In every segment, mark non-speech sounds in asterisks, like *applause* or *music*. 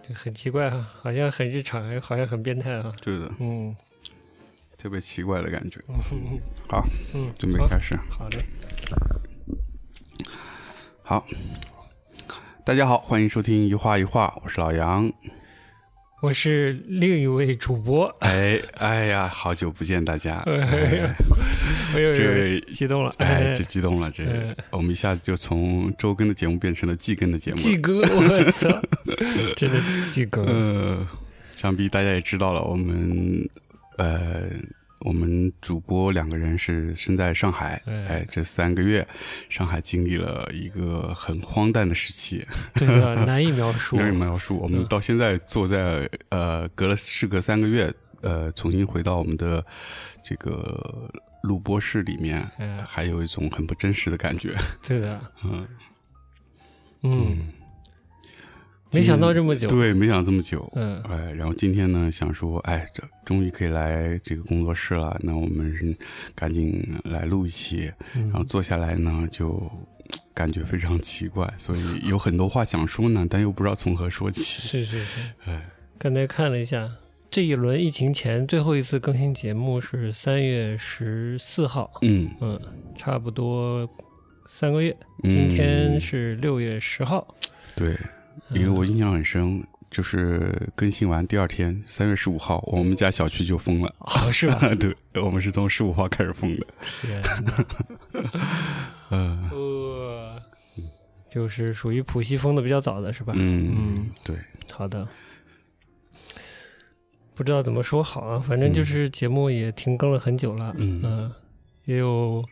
这很奇怪啊，好像很日常，好像很变态啊。对的，嗯特别奇怪的感觉。嗯好，嗯，准备好开始。好的，好，大家好，欢迎收听一画一画，我是老杨。我是另一位主播， *laughs* 哎，哎呀，好久不见大 *laughs* 家。哎我又这激动了，哎，这激动了，这、嗯我们一下子就从周更的节目变成了季更的节目了。季哥，我操， *laughs* 真的季哥，呃，想必大家也知道了，我们呃，我们主播两个人是身在上海，哎哎，这三个月，上海经历了一个很荒诞的时期。真的啊难以描 *laughs* 述没。有描述，我嗯们到现在坐在呃，隔了事隔三个月，呃，重新回到我们的这个录播室里面，嗯，还有一种很不真实的感觉。对的，嗯，嗯，没想到这么久，对，没想到这么久。嗯哎，然后今天呢，想说，哎，这终于可以来这个工作室了，那我们是赶紧来录一期。然后嗯，坐下来呢，就嘖感觉非常奇怪，所以有很多话想说呢，但又不知道从何说起。嗯是是是，哎，刚才看了一下。这一轮疫情前最后一次更新节目是三月十四号，嗯，嗯，差不多三个月。嗯今天是六月十号，对，因为我印象很深。就是更新完第二天，三月十五号，我们家小区就封了。好、是 *laughs* 吧？ *laughs* 对，我们是从十五号开始封的。天哪， *laughs* 嗯、呃，就是属于浦西封的比较早的是吧？嗯，对，好的。不知道怎么说好啊，反正就是节目也停更了很久了，呃嗯也有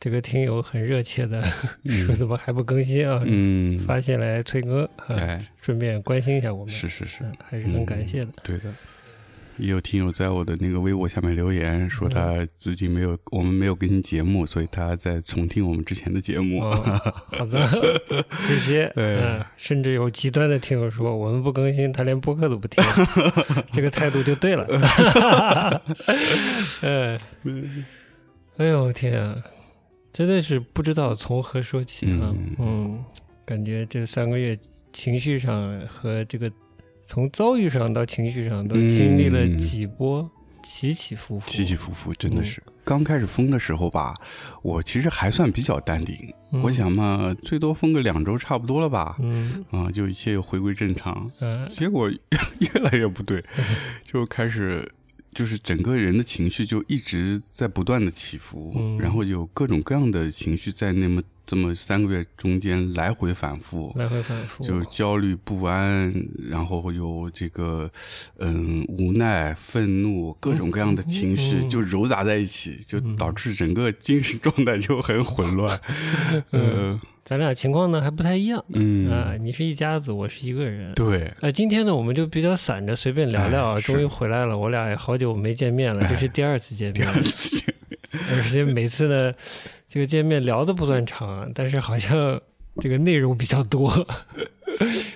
这个听友很热切的 *laughs* 说怎么还不更新啊，嗯，发信来催更，啊哎，顺便关心一下我们，是是是，嗯，还是很感谢的。对的。也有听友在我的那个微博下面留言说，他最近没有、我们没有更新节目，所以他在重听我们之前的节目。 *laughs* 哦，好的，这些嗯哎，甚至有极端的听友说，我们不更新，他连播客都不 *laughs* 听，这个态度就对了。嗯，哎呦天啊，真的是不知道从何说起啊。嗯嗯，感觉这三个月情绪上和这个从遭遇上到情绪上都经历了嗯几波起起伏伏，起起伏。伏伏，真的是、刚开始封的时候吧，我其实还算比较淡定，我想嘛，最多封个两周差不多了吧，嗯，啊、就一切又回归正常。嗯啊，结果 *laughs* 越来越不对，嗯就开始就是整个人的情绪就一直在不断的起伏，嗯然后有各种各样的情绪在那么这么三个月中间来回反复。来回反复，就焦虑不安，然后有这个，嗯，无奈、愤怒，各种各样的情绪嗯就揉杂在一起，就导致整个精神状态就很混 *laughs* 乱。嗯呃，咱俩情况呢还不太一样。啊，嗯，你是一家子，我是一个人。对， *laughs* 呃，今天呢，我们就比较散着，随便聊聊啊。哎是哎终于回来了，我俩也好久没见面了，这是第二次见第面，二次见而且每次呢，这个见面聊的不算长，但是好像这个内容比较多。 *laughs*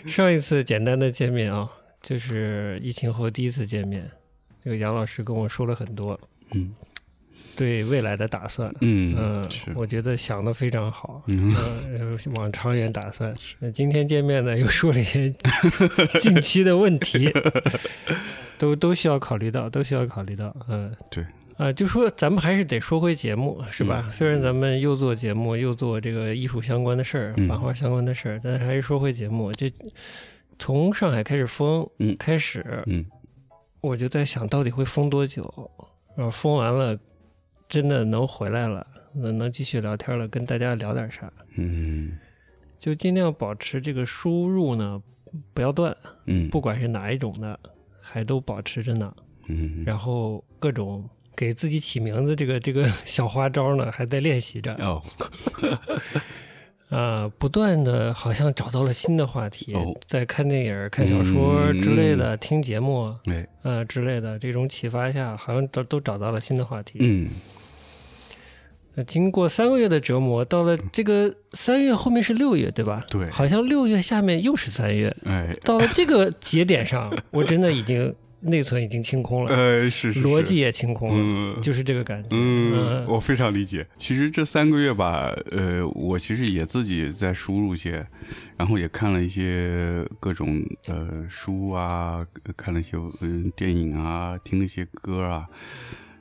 上一次简单的见面啊，就是疫情后第一次见面，这个杨老师跟我说了很多，嗯，对未来的打算，嗯嗯，是，我觉得想的非常好，嗯嗯，往长远打算。那今天见面呢，又说了一 *laughs* 些近期的问题，都都需要考虑到，都需要考虑到。嗯，对。嗯啊、就说咱们还是得说回节目，是吧？虽然咱们又做节目，又做这个艺术相关的事儿、嗯版画相关的事儿，但是还是说回节目。这从上海开始封、嗯开始，嗯我就在想到底会封多久？然后封完了，真的能回来了，能能继续聊天了，跟大家聊点啥？嗯就尽量保持这个输入呢不要断，嗯，不管是哪一种的，还都保持着呢。嗯，然后各种给自己起名字这个这个 *laughs* 小花招呢，还在练习着啊、哦，不断的好像找到了新的话题，哦嗯在看电影、看小说之类的，听节目哎，呃之类的这种启发下，好像都都找到了新的话题。嗯那经过三个月的折磨，到了这个三月后面是六月，对吧？对好像六月下面又是三月，哎，到了这个节点上，我真的已经内存已经清空了，呃，是是是逻辑也清空了，嗯就是这个感觉。嗯，我非常理解。其实这三个月吧，呃，我其实也自己在输入一些，然后也看了一些各种呃书啊，呃看了一些嗯、电影啊，听了一些歌啊。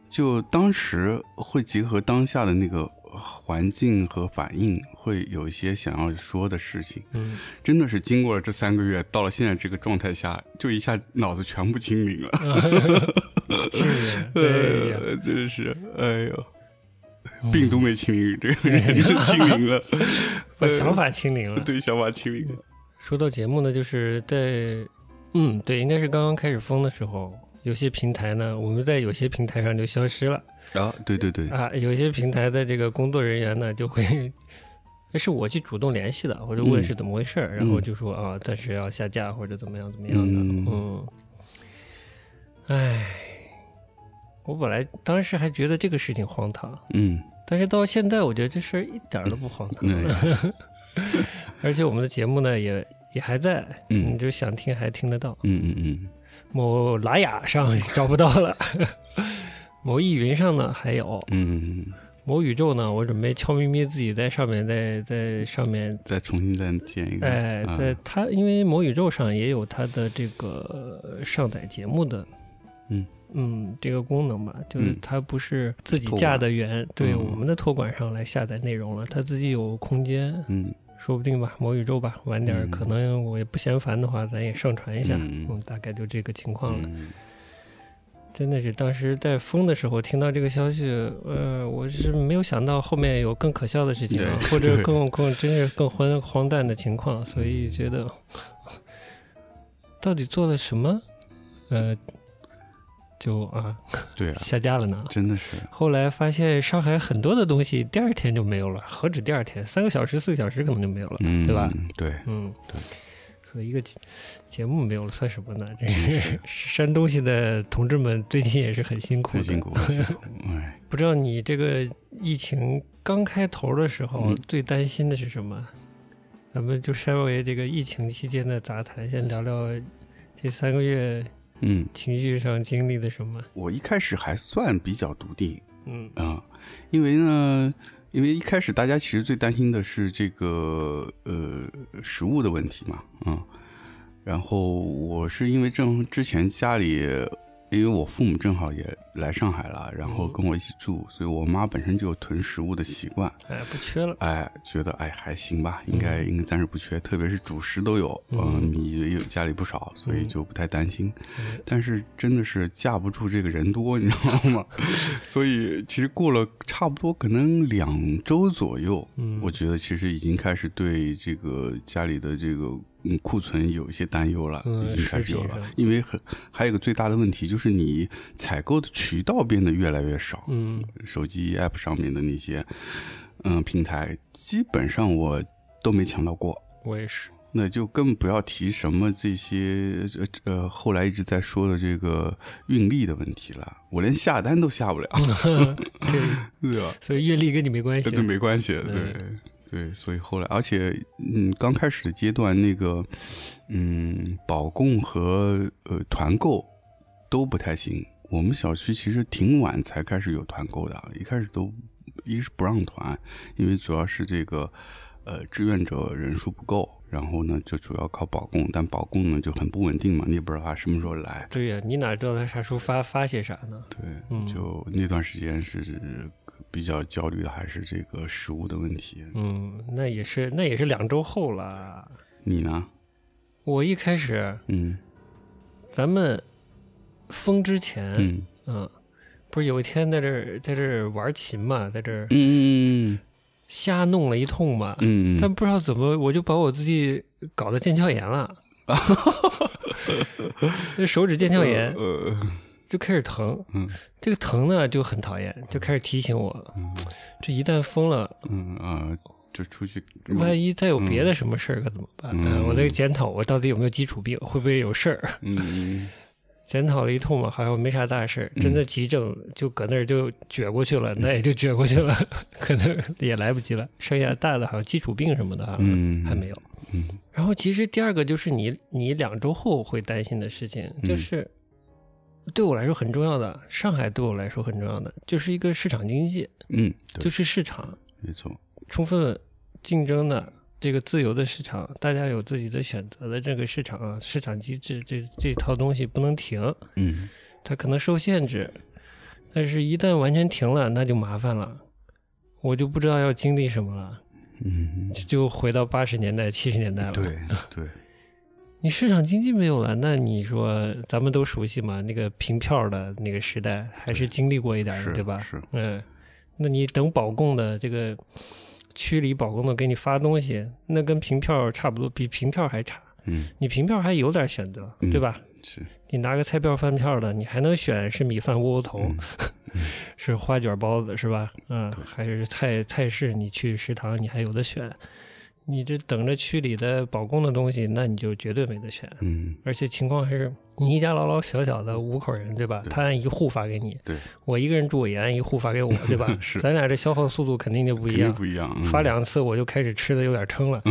就当时会结合当下的那个环境和反应，会有一些想要说的事情。嗯，真的是经过了这三个月，到了现在这个状态下，就一下脑子全部清明了。这 *laughs* 个对呀嗯呃，真是，哎呦，病毒没清零，这个人就清零 *laughs* 了，把想法清零了。呃 *laughs* 对，想法清零了。说到节目呢，就是在嗯，对，应该是刚刚开始封的时候，有些平台呢，我们在有些平台上就消失了啊，对对对，啊，有些平台的这个工作人员呢就会。哎是我去主动联系的，我就问嗯是怎么回事儿，然后就说啊，暂时要下架或者怎么样怎么样的。嗯嗯，哎，我本来当时还觉得这个事情荒唐，嗯，但是到现在，我觉得这事儿一点儿都不荒唐， *laughs* 那 *laughs* 而且我们的节目呢也也还在，嗯你就想听还听得到。嗯嗯嗯，某拉雅上 *laughs* 找不到了，某易云上呢还有，嗯，某宇宙呢，我准备悄咪咪自己在上面在在上面，再重新再建一个，啊哎，在它因为某宇宙上也有它的这个呃上载节目的，嗯嗯，这个功能吧，就是嗯它不是自己托管架的源，对嗯我们的托管上来下载内容了，它自己有空间，嗯说不定吧，某宇宙吧，晚点儿嗯可能我也不嫌烦的话，咱也上传一下，嗯嗯，大概就这个情况了。嗯真的是当时在封的时候听到这个消息，呃，我是没有想到后面有更可笑的事情啊，对或者对更更真是更荒荒诞的情况，所以觉得到底做了什么，呃，就啊对啊，下架了呢。真的是，后来发现上海很多的东西第二天就没有了，何止第二天，三个小时、四个小时可能就没有了，嗯，对吧？？对，嗯对，所以一个节节目没有了算什么呢？嗯这是山东系的同志们最近也是很辛苦很的，辛苦，很辛苦，哎，不知道你这个疫情刚开头的时候嗯最担心的是什么？咱们就稍微这个疫情期间的杂谈，先聊聊这三个月嗯，情绪上经历的什么。我一开始还算比较笃定，嗯啊、因为呢，因为一开始大家其实最担心的是这个呃食物的问题嘛，啊、然后我是因为正之前家里，因为我父母正好也来上海了，然后嗯跟我一起住，所以我妈本身就有囤食物的习惯，哎，不缺了。哎，觉得哎还行吧，应该应该暂时不缺，特别是主食都有，嗯嗯，米也有家里不少，所以嗯就不太担心。嗯但是真的是架不住这个人多，你知道 *laughs* 吗？所以其实过了差不多可能两周左右，嗯，我觉得其实已经开始对这个家里的这个嗯库存有一些担忧了，嗯已经开始有实际了上。因为很还有一个最大的问题就是你采购的渠道变得越来越少，嗯手机 app 上面的那些嗯平台，基本上我都没抢到过。我也是。那就更不要提什么这些呃呃后来一直在说的这个运力的问题了，我连下单都下不了， *laughs* 对，对吧？所以阅历跟你没关系这。没关系，对对，所以后来，而且嗯，刚开始的阶段那个嗯保供和呃团购都不太行，我们小区其实挺晚才开始有团购的，啊一开始都一是不让团，因为主要是这个呃志愿者人数不够。然后呢，就主要靠保供，但保供呢就很不稳定嘛，你也不知道他什么时候来。对呀、你哪知道他啥时候发发些啥呢？对，嗯就那段时间是比较焦虑的，还是这个食物的问题。嗯，那也是，那也是两周后了。你呢？我一开始嗯咱们封之前，嗯嗯不是有一天在这儿在这儿玩琴嘛，在这儿嗯瞎弄了一通嘛，嗯但不知道怎么我就把我自己搞得腱鞘炎 *laughs* 了，那手指腱鞘炎呃就开始疼，嗯这个疼呢就很讨厌，就开始提醒我，嗯这一旦封了，嗯啊，就出去万一再有别的什么事儿可怎么办？嗯呃我在检讨我到底有没有基础病，会不会有事儿？嗯检讨了一通嘛，好像没啥大事儿。真的急症就搁那儿就撅过去了，那也就撅过去了， *laughs* 可能也来不及了。剩下大的好像基础病什么的，好像嗯还没有。嗯嗯然后其实第二个就是你你两周后会担心的事情，就是对我来说很重要的，上海对我来说很重要的，就是一个市场经济，嗯，对，就是市场没错，充分竞争的这个自由的市场，大家有自己的选择的这个市场啊，市场机制这这套东西不能停，嗯，它可能受限制，但是一旦完全停了，那就麻烦了，我就不知道要经历什么了，嗯，就就回到八十年代、七十年代了。对对，你市场经济没有了，那你说咱们都熟悉嘛？那个凭票的那个时代，还是经历过一点的，是对吧？是，嗯，那你等保供的这个区里保供的给你发东西，那跟凭票差不多，比凭票还差。嗯你凭票还有点选择，嗯对吧？是，你拿个菜票饭票的，你还能选是米饭窝窝头， *laughs* 嗯是花卷包子，是吧？嗯对，还是菜菜市，你去食堂你还有的选。你这等着区里的保供的东西，那你就绝对没得选。嗯，而且情况还是你一家老老小小的五口人，对吧？对他按一户发给你，对我一个人住，我也按一户发 *laughs* 给我，对吧？是咱俩这消耗速度肯定就不肯一定样。不一样，嗯发，两次我就开始吃的有点撑 *laughs* 了，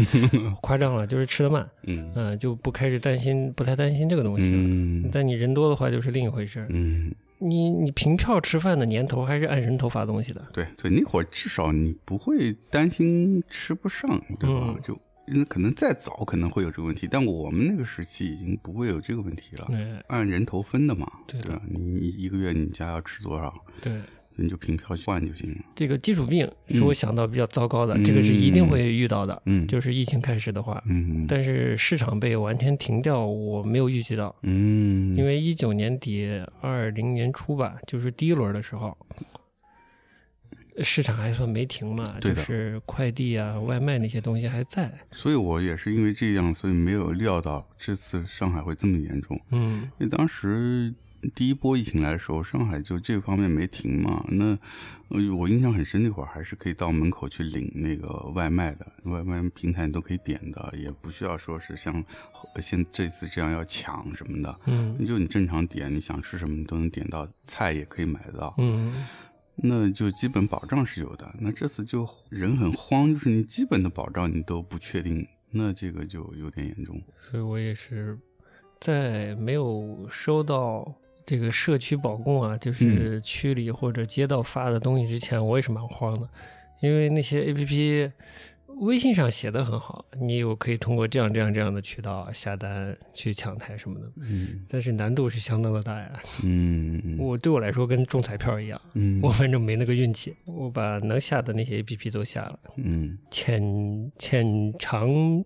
夸张了，就是吃的慢，嗯嗯、就不开始担心，不太担心这个东西了。嗯但你人多的话就是另一回事儿。嗯，你你凭票吃饭的年头还是按人头发东西的，对对，那会儿至少你不会担心吃不上，对吧？嗯就因为可能再早可能会有这个问题，但我们那个时期已经不会有这个问题了，嗯，按人头分的嘛，对的对啊吧？你你一个月你家要吃多少，对。你就凭票换就行了。这个基础病是我想到比较糟糕的，嗯这个是一定会遇到的，嗯，就是疫情开始的话，嗯但是市场被完全停掉，我没有预计到，嗯，因为一九年底、二零年初吧，就是第一轮的时候，市场还算没停嘛，对就的是快递啊、外卖那些东西还在。所以我也是因为这样，所以没有料到这次上海会这么严重。嗯因为当时第一波疫情来的时候，上海就这方面没停嘛。那呃我印象很深，那会儿还是可以到门口去领那个外卖的，外卖平台你都可以点的，也不需要说是像呃现这次这样要抢什么的。嗯就你正常点，你想吃什么你都能点到，菜也可以买得到，嗯，那就基本保障是有的。那这次就人很慌，就是你基本的保障你都不确定，那这个就有点严重。所以我也是在没有收到。这个社区保供啊，嗯就是区里或者街道发的东西之前，我也是蛮慌的，因为那些 A P P 微信上写的很好，你有可以通过这样这样这样的渠道下单去抢台什么的，嗯但是难度是相当的大呀。嗯嗯我对我来说跟中彩票一样，嗯我反正没那个运气，我把能下的那些 A P P 都下了，嗯，浅浅尝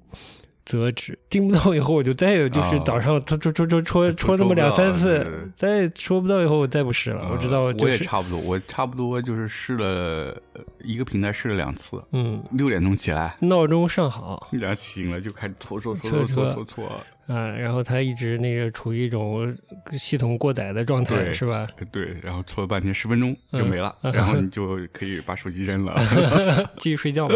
辄止。订不到以后，我就再也就是啊早上戳戳戳戳戳戳那么两三对对对次，再戳不到以后，我再不试了。我知道呃就我也是，差不多，我差不多就是试了呃一个平台试了两次，嗯，六点钟起来，闹钟上好然后醒了就开始搓搓搓搓搓搓搓，啊，然后它一直那个处于一种呃系统过载的状态，对是吧？对，然后搓了半天十分钟就没嗯了，然后你就可以把手机扔了。继续睡觉 *laughs* 嘛。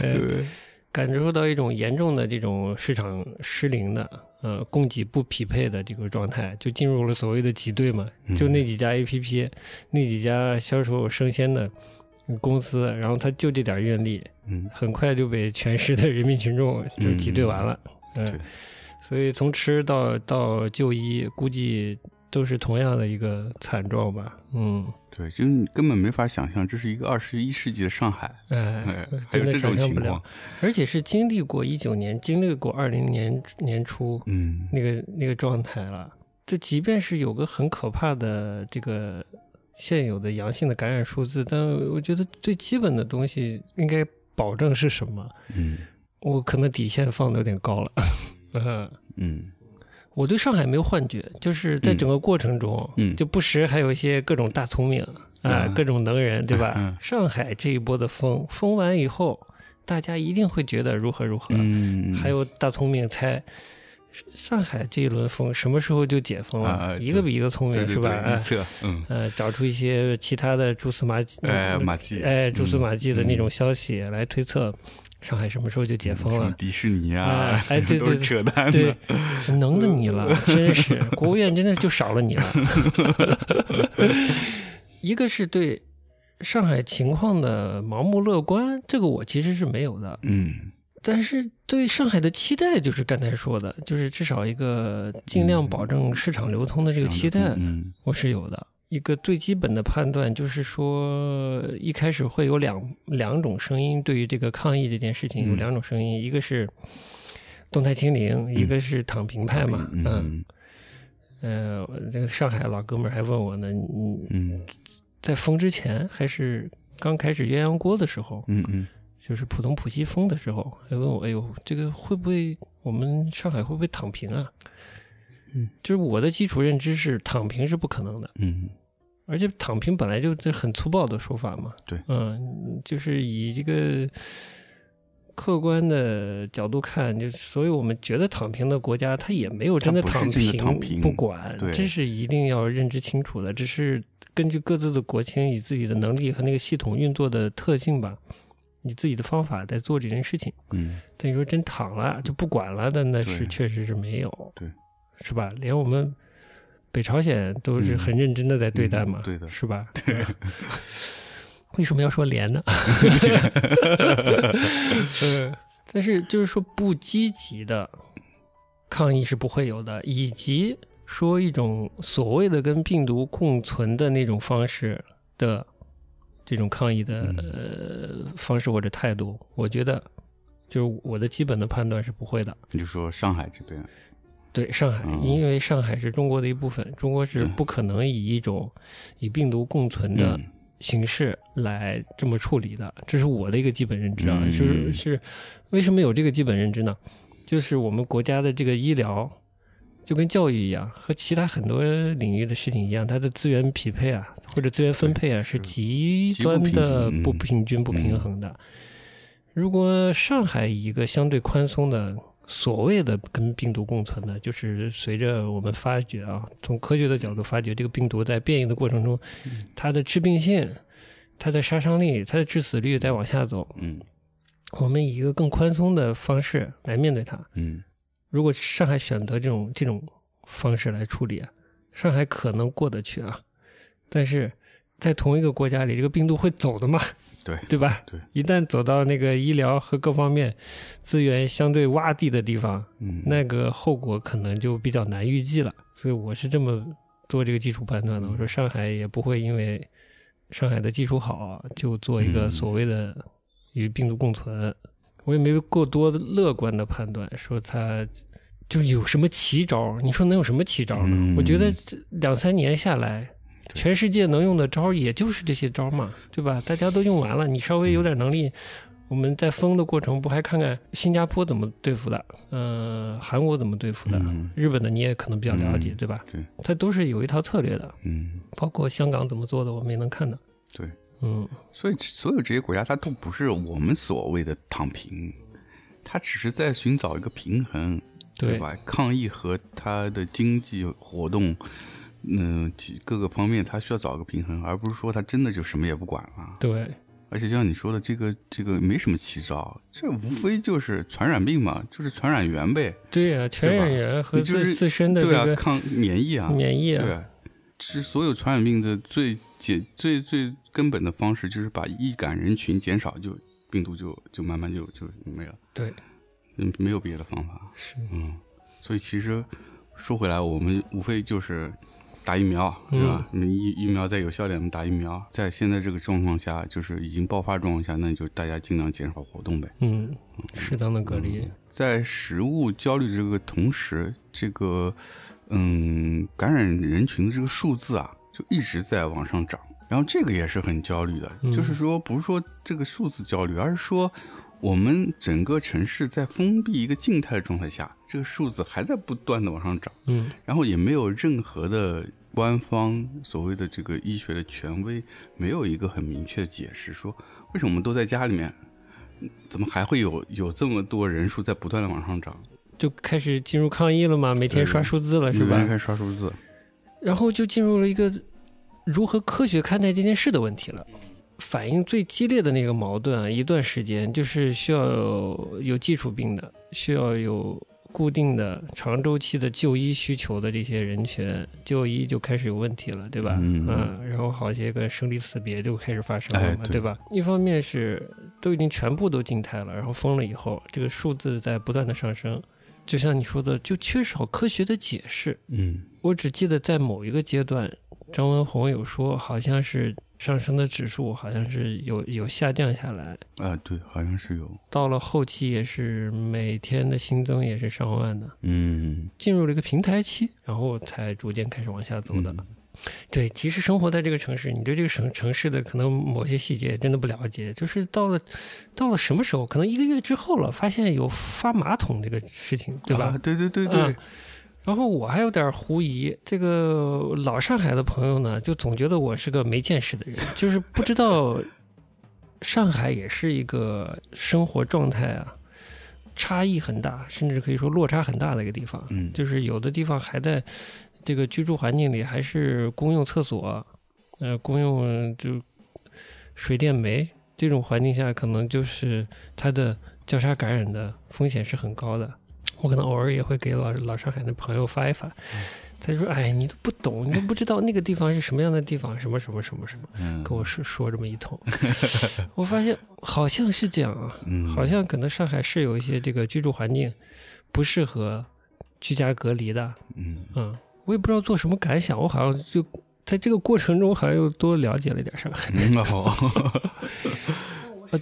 对，感受到一种严重的这种市场失灵的，呃，供给不匹配的这个状态，就进入了所谓的挤兑嘛。就那几家 A P P，、那几家销售生鲜的公司，然后他就这点愿力， *laughs* 嗯很快就被全市的人民群众就挤兑完了。嗯，对所以从吃到到就医，估计都是同样的一个惨状吧。嗯，对，就是你根本没法想象，这是一个二十一世纪的上海，哎哎，还真有的这想种象情不了况。。而且是经历过一九年，经历过二零年年初嗯那个那个状态了。就即便是有个很可怕的这个现有的阳性的感染数字，但我觉得最基本的东西应该保证是什么？嗯我可能底线放的有点高了。 *laughs* 嗯，嗯我对上海没有幻觉，就是在整个过程中，嗯就不时还有一些各种大聪明啊、嗯各种能人，对吧？嗯上海这一波的封封完以后，大家一定会觉得如何如何，嗯，还有大聪明猜。上海这一轮封什么时候就解封了？啊啊一个比一个聪明对对是吧？对，预哎测，嗯，呃，找出一些其他的蛛丝马迹，哎，嗯马季，哎蛛丝马迹的那种消息来推测上海什么时候就解封什么了。迪士尼啊 *laughs* 哎，哎对对都是对扯淡对的。，嗯能的你了，真是国务院真的就少了你 *laughs* 了。一个是对上海情况的盲目乐观，这个我其实是没有的。嗯但是对上海的期待就是刚才说的，就是至少一个尽量保证市嗯场流通的这个期待，嗯我是有的。一个最基本的判断就是说，一开始会有两两种声音，对于这个抗议这件事情有嗯两种声音，一个是动态清零，一个是嗯躺平派嘛，嗯嗯呃，我这个上海老哥们儿还问我呢，你你嗯在封之前还是刚开始鸳鸯锅的时候，嗯嗯就是浦东浦西封的时候，还问我，哎呦，这个会不会我们上海会不会躺平啊？嗯，就是我的基础认知是躺平是不可能的，嗯而且躺平本来就是很粗暴的说法嘛。对嗯，就是以这个客观的角度看，就所以我们觉得躺平的国家，它也没有真的它不躺是真的躺平不管，对这是一定要认知清楚的。只是根据各自的国情，以自己的能力和那个系统运作的特性吧，以自己的方法在做这件事情。嗯，但你说真躺了就不管了的，那是对确实是没有，对，是吧？连我们北朝鲜都嗯是很认真的在对待嘛，嗯嗯对的是吧？ *laughs* 对。为什么要说连呢？嗯，但是就是说不积极的抗议是不会有的，以及说一种所谓的跟病毒共存的那种方式的这种抗议的、嗯呃方式或者态度，我觉得就是我的基本的判断是不会的。你就说上海这边，对上海，嗯因为上海是中国的一部分，中国是对不可能以一种以病毒共存的嗯形式来这么处理的，这是我的一个基本认知啊。嗯就是是为什么有这个基本认知呢？就是我们国家的这个医疗，就跟教育一样，和其他很多领域的事情一样，它的资源匹配啊，或者资源分配啊，是是极极不端平的衡不嗯平均、不平嗯衡的。如果上海以一个相对宽松的所谓的跟病毒共存的，就是随着我们发觉啊，从科学的角度发觉，这个病毒在变异的过程中，它的致病性、它的杀伤力、它的致死率在往下走。嗯我们以一个更宽松的方式来面对它。嗯如果上海选择这种这种方式来处理，啊上海可能过得去啊。但是在同一个国家里，这个病毒会走的嘛？对对吧？对，一旦走到那个医疗和各方面资源相对洼地的地方，嗯，那个后果可能就比较难预计了。所以我是这么做这个基础判断嗯的。我说上海也不会因为上海的技术好啊就做一个嗯所谓的与病毒共存，我也没有过多乐观的判断，说它就是有什么奇招？你说能有什么奇招呢？嗯我觉得这两三年下来。对全世界能用的招儿也就是这些招儿嘛，对吧？大家都用完了，你稍微有点能力，我们在封的过程不还看看新加坡怎么对付的，呃，韩国怎么对付的，嗯日本的你也可能比较了解，嗯对吧？对，它都是有一套策略的，嗯。包括香港怎么做的，我们也能看到。对，嗯，所以所有这些国家，它都不是我们所谓的躺平，它只是在寻找一个平衡，对对，吧？抗疫和它的经济活动，嗯、其各个方面它需要找一个平衡，而不是说它真的就什么也不管了。对，而且就像你说的，这个这个没什么奇招，这无非就是传染病嘛，就是传染源呗，对呀、传染源和你就自是自身的这对啊，个抗免疫啊，免疫对啊，啊，其实所有传染病的最解最最根本的方式就是把易感人群减少，就病毒就就慢慢就就没了。对，嗯，没有别的方法。是，嗯，所以其实说回来，我们无非就是打疫苗，啊嗯是吧？你疫疫苗在有效点的打疫苗，在现在这个状况下，就是已经爆发状况下，那就大家尽量减少活动呗。嗯，适当的隔离，在食物焦虑这个同时，这个嗯感染人群的这个数字啊，就一直在往上涨。然后这个也是很焦虑的，嗯就是说不是说这个数字焦虑，而是说我们整个城市在封闭一个静态的状态下，这个数字还在不断的往上涨，嗯，然后也没有任何的官方所谓的这个医学的权威，没有一个很明确的解释说为什么我们都在家里面，怎么还会有有这么多人数在不断的往上涨？就开始进入抗议了嘛，每天对刷数字了是每吧天？开始刷数字，然后就进入了一个如何科学看待这件事的问题了。反应最激烈的那个矛盾啊，一段时间就是需要有基础病的，需要有固定的长周期的就医需求的这些人群，就医就开始有问题了，对吧？嗯然后好些个生离死别就开始发生了哎嘛，对对吧？一方面是都已经全部都静态了，然后封了以后，这个数字在不断的上升，就像你说的，就缺少科学的解释。嗯我只记得在某一个阶段，张文宏有说，好像是上升的指数好像是有有下降下来，啊，对，好像是有，到了后期也是每天的新增也是上万的，嗯，进入了一个平台期，然后才逐渐开始往下走的。嗯对，其实生活在这个城市，你对这个城城市的可能某些细节真的不了解，就是到了到了什么时候，可能一个月之后了，发现有发马桶这个事情，对吧？啊对对对对，嗯然后我还有点狐疑，这个老上海的朋友呢，就总觉得我是个没见识的人， *laughs* 就是不知道上海也是一个生活状态啊差异很大，甚至可以说落差很大的一个地方。嗯就是有的地方还在这个居住环境里还是公用厕所，呃，公用就水电煤这种环境下，可能就是它的交叉感染的风险是很高的。我可能偶尔也会给老老上海的朋友发一发，他就说：“哎，你都不懂，你都不知道那个地方是什么样的地方，什么什么什么什么。”嗯，跟我说说这么一通， *laughs* 我发现好像是这样啊，嗯，好像可能上海是有一些这个居住环境不适合居家隔离的，嗯嗯，我也不知道做什么感想，我好像就在这个过程中好像又多了解了一点上海 *laughs* 嗯，好，啊。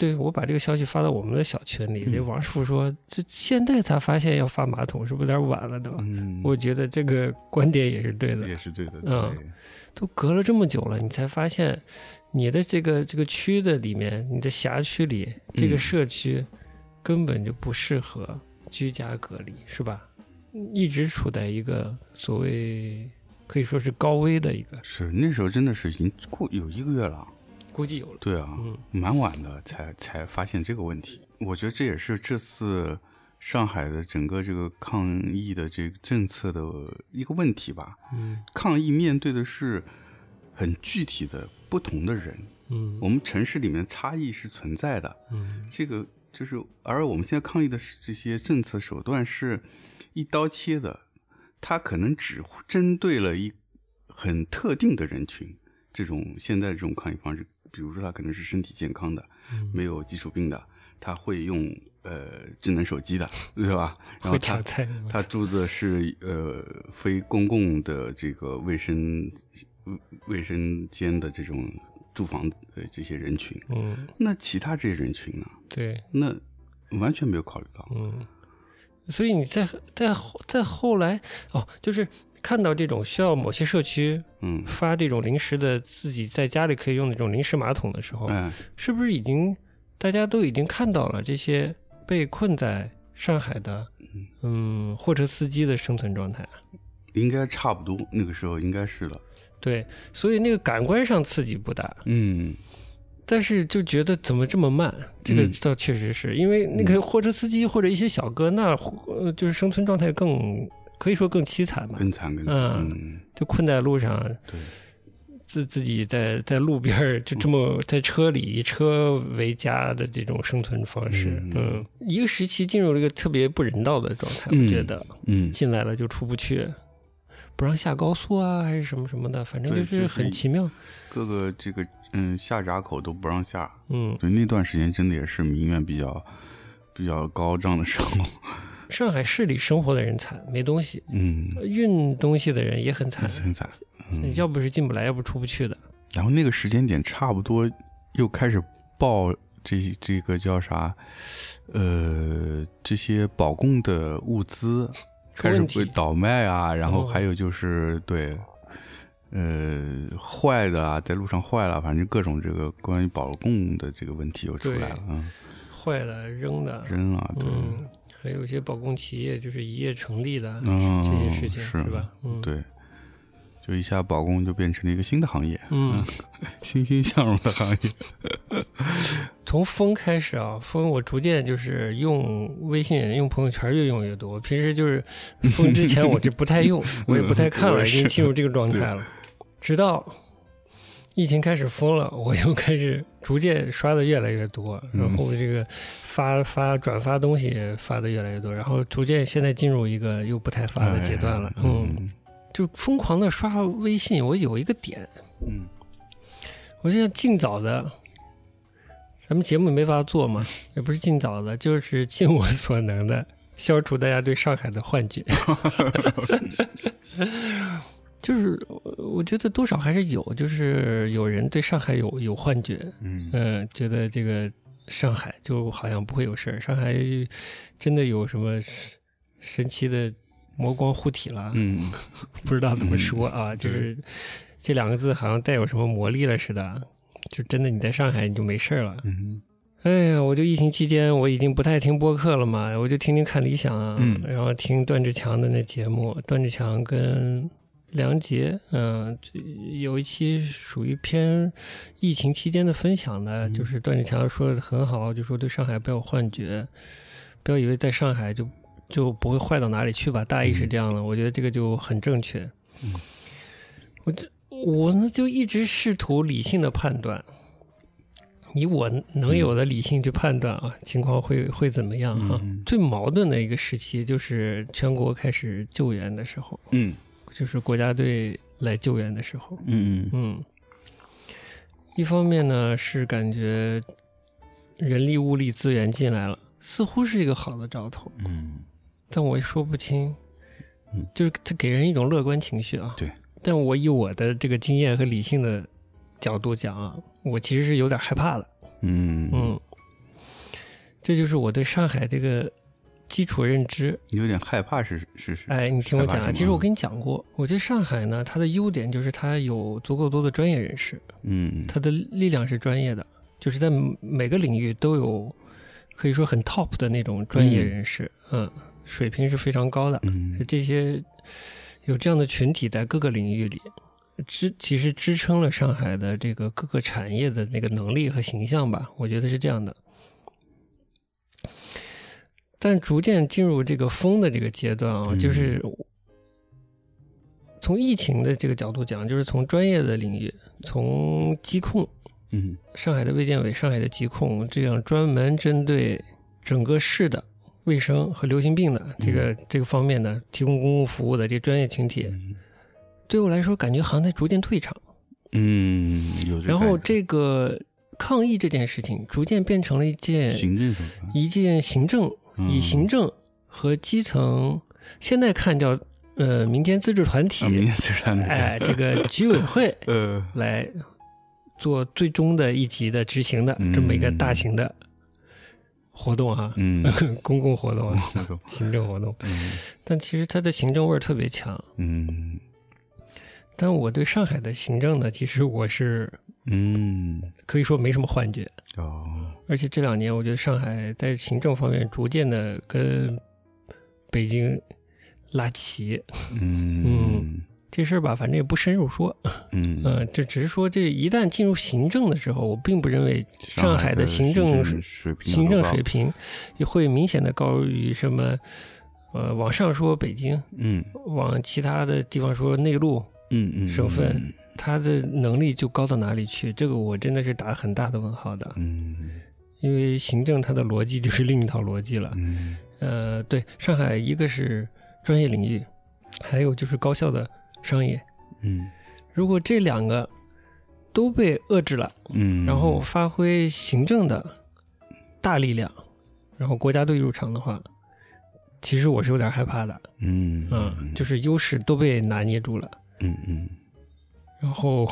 对，我把这个消息发到我们的小群里，这嗯王师傅说，这现在他发现要发马桶，是不是有点晚了都？嗯， *laughs* 我觉得这个观点也是对的， *laughs* 也是对的，嗯对，都隔了这么久了，你才发现你的这个这个区的里面，你的辖区里这个嗯社区根本就不适合居家隔离，是吧？一直处在一个所谓可以说是高危的一个，是那时候真的是已经过有一个月了，估计有了，对啊，嗯蛮晚的才才发现这个问题。我觉得这也是这次上海的整个这个抗疫的这个政策的一个问题吧。嗯抗疫面对的是很具体的不同的人，嗯我们城市里面差异是存在的。嗯这个就是，而我们现在抗疫的这些政策手段是一刀切的，它可能只针对了一很特定的人群。这种现在这种抗疫方式，比如说他可能是身体健康的，嗯没有基础病的，他会用呃智能手机的，对吧？然 *laughs* 后会他抢菜，他住的是呃非公共的这个卫生卫生间的这种住房呃这些人群，嗯那其他这些人群呢？对，那完全没有考虑到。嗯，所以你在在后在后来哦，就是看到这种需要某些社区嗯，发这种临时的自己在家里可以用的这种临时马桶的时候，哎，是不是已经大家都已经看到了这些被困在上海的嗯货车司机的生存状态？应该差不多，那个时候应该是的。对，所以那个感官上刺激不大，嗯，但是就觉得怎么这么慢？这个嗯倒确实是、因为那个货车司机或者一些小哥，那呃就是生存状态更可以说更凄惨吧，更惨更惨。嗯嗯，就困在路上，啊对，自自己在在路边儿就这嗯么在车里以车为家的这种生存方式，嗯嗯，一个时期进入了一个特别不人道的状态，我嗯觉得嗯，进来了就出不去，不让下高速啊，还是什么什么的，反正对就就是是很一奇妙，各个这个嗯下闸口都不让下。嗯，对，那段时间真的也是民怨比较比较高涨的时候。上海市里生活的人惨，没东西，呃嗯，运东西的人也很惨， *laughs* 很惨。嗯，要不是进不来，要不出不去的，然后那个时间点差不多又开始爆这这个叫啥，呃，这些保供的物资出开始问会题，倒卖啊，然后哦还有就是、对。呃，坏的啊，在路上坏了，反正各种这个关于保供的这个问题又出来了，嗯，坏了扔的，扔了，对，嗯，还有一些保供企业就是一夜成立的、嗯这些事情，是吧？嗯，对，就一下保供就变成了一个新的行业，嗯，欣欣向荣的行业，从风开始啊，风我逐渐就是用微信、用朋友圈越用越多。平时就是风之 *laughs* 前我就不太用，我也不太看我了，也已是经进入这个状态了。直到疫情开始封了，我又开始逐渐刷的越来越多，然后这个发发转发东西发的越来越多，然后逐渐现在进入一个又不太发的阶段了，哎嗯，就疯狂的刷微信。我有一个点，嗯我就想尽早的，咱们节目没法做嘛，也不是尽早的，就是尽我所能的 *laughs* 消除大家对上海的幻觉。就是我我觉得多少还是有，就是有人对上海有有幻觉，嗯嗯嗯，觉得这个上海就好像不会有事儿，上海真的有什么神神奇的魔光护体了，嗯不知道怎么说啊，就是这两个字好像带有什么魔力了似的，就真的你在上海你就没事儿了。嗯哎呀，我就疫情期间我已经不太听播客了嘛，我就听听看理想啊，嗯然后听段志强的那节目，段志强跟梁杰，嗯、这有一期属于偏疫情期间的分享的，嗯就是段志强说的很好，就说对上海不要有幻觉，不要以为在上海就就不会坏到哪里去吧，大意是这样的，我觉得这个就很正确。嗯我就我呢就一直试图理性的判断，以我能有的理性去判断啊，情况会会怎么样哈、嗯最矛盾的一个时期就是全国开始救援的时候，嗯就是国家队来救援的时候。嗯嗯，一方面呢是感觉人力物力资源进来了，似乎是一个好的兆头，嗯但我也说不清嗯，就是它给人一种乐观情绪啊。对，但我以我的这个经验和理性的角度讲啊，我其实是有点害怕的。嗯嗯，嗯，这就是我对上海这个基础认知。有点害怕是是是，哎，你听我讲害啊，怕什么其实我跟你讲过，我觉得上海呢，它的优点就是它有足够多的专业人士，嗯它的力量是专业的，就是在每个领域都有可以说很 top 的那种专业人士，嗯水平是非常高的。嗯这些有这样的群体在各个领域里。支其实支撑了上海的这个各个产业的那个能力和形象吧，我觉得是这样的。但逐渐进入这个风的这个阶段啊，嗯就是从疫情的这个角度讲，就是从专业的领域，从疾控，嗯上海的卫健委、上海的疾控这样专门针对整个市的卫生和流行病的这个、嗯这个方面呢，提供公共服务的这个专业群体，对我来说感觉好像在逐渐退场。嗯，有然后这个抗疫这件事情逐渐变成了一件行政手嗯啊一件行政，段，以行政和基层现在看叫呃民间自治团体，啊，民间自然哎，这个居委会呃来做最终的一级的执行的嗯这么一个大型的活动哈、嗯 *laughs* 公共活动啊， *laughs* 行政活动。嗯但其实它的行政味儿特别强。嗯但我对上海的行政呢，其实我是嗯可以说没什么幻觉，哦而且这两年我觉得上海在行政方面逐渐的跟北京拉齐。嗯这事儿吧，反正也不深入说，嗯嗯、这只是说，这一旦进入行政的时候，我并不认为上海的行政水水平行政水平也会明显的高于什么，呃，往上说北京，嗯往其他的地方说内陆，嗯嗯他的能力就高到哪里去？这个我真的是打很大的问号的，嗯因为行政它的逻辑就是另一套逻辑了。嗯呃，对，上海一个是专业领域，还有就是高效的商业。嗯如果这两个都被遏制了，嗯，然后发挥行政的大力量，然后国家队入场的话，其实我是有点害怕的。嗯嗯，就是是优势都被拿捏住了，嗯嗯然后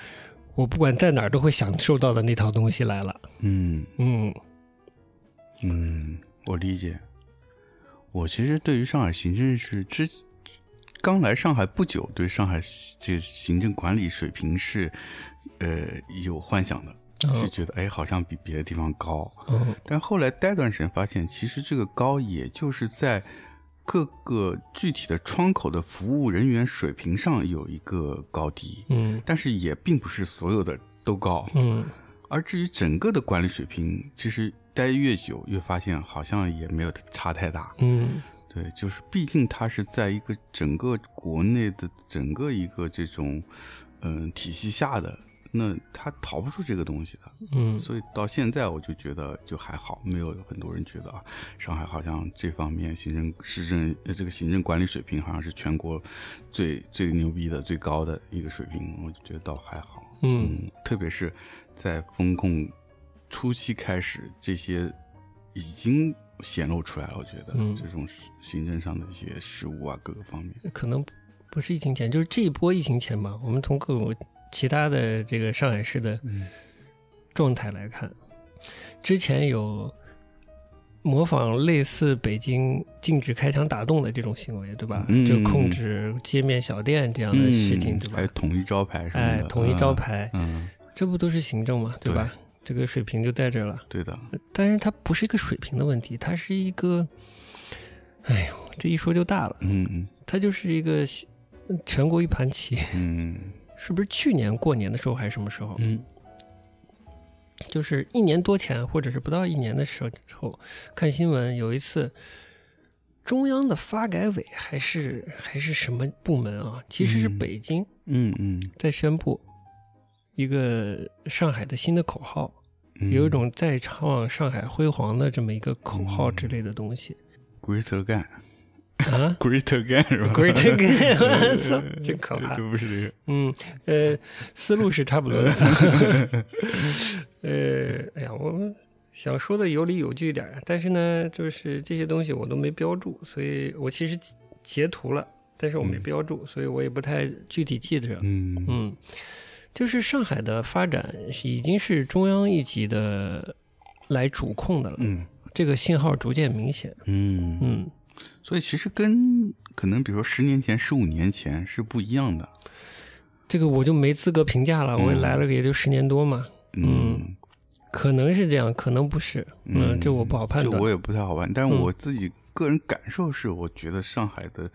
*laughs* 我不管在哪儿都会享受到的那套东西来了。嗯。嗯嗯，我理解。我其实对于上海行政是之刚来上海不久，对上海这个行政管理水平是呃有幻想的，是嗯觉得哎好像比别的地方高。嗯但后来待段时间发现，其实这个高也就是在各个具体的窗口的服务人员水平上有一个高低，嗯但是也并不是所有的都高。嗯而至于整个的管理水平，其实待越久越发现好像也没有差太大。嗯对，就是毕竟它是在一个整个国内的整个一个这种嗯、呃体系下的，那他逃不出这个东西的。嗯所以到现在我就觉得就还好，没有很多人觉得啊，上海好像这方面行政市政呃这个行政管理水平好像是全国最最牛逼的、最高的一个水平，我就觉得倒还好。嗯，特别是在风控初期开始，这些已经显露出来了，我觉得、嗯这种行政上的一些失误啊，各个方面。可能不是疫情前，就是这一波疫情前吧。我们从各种其他的这个上海市的嗯状态来看，之前有模仿类似北京禁止开场打洞的这种行为，对吧？嗯就控制街面小店这样的事情，对还有吧？统一招牌什么哎的，，统一招牌，嗯，嗯，这不都是行政嘛，对吧？这个水平就在这儿了。对的，但是它不是一个水平的问题，它是一个，哎呦，这一说就大了，嗯嗯它就是一个全国一盘棋。 *laughs* 嗯是不是去年过年的时候还是什么时候？嗯就是一年多前，或者是不到一年的时候，看新闻有一次，中央的发改委还是还是什么部门啊，其实是嗯北京嗯嗯，在宣布一个上海的新的口号，嗯有一种再创上海辉煌的这么一个口号嗯之类的东西 greater *laughs* 干啊。 *laughs* greater 干是吧 Great again，我 *laughs* 操，真可怕！就不是这个，嗯，呃，思路是差不多的。 *laughs* 呃，哎呀，我们想说的有理有据一点儿，但是呢，就是这些东西我都没标注，所以我其实截截图了，但是我没嗯标注，所以我也不太具体记得着。嗯嗯，就是上海的发展是已经是中央一级的来主控的了，嗯这个信号逐渐明显。嗯嗯，嗯，所以其实跟可能比如说十年前、十五年前是不一样的，这个我就没资格评价了，我也嗯来了也就十年多嘛。嗯可能是这样，可能不是，嗯，嗯，这我不好判这断。我也不太好办，但是嗯我自己个人感受是，我觉得上海的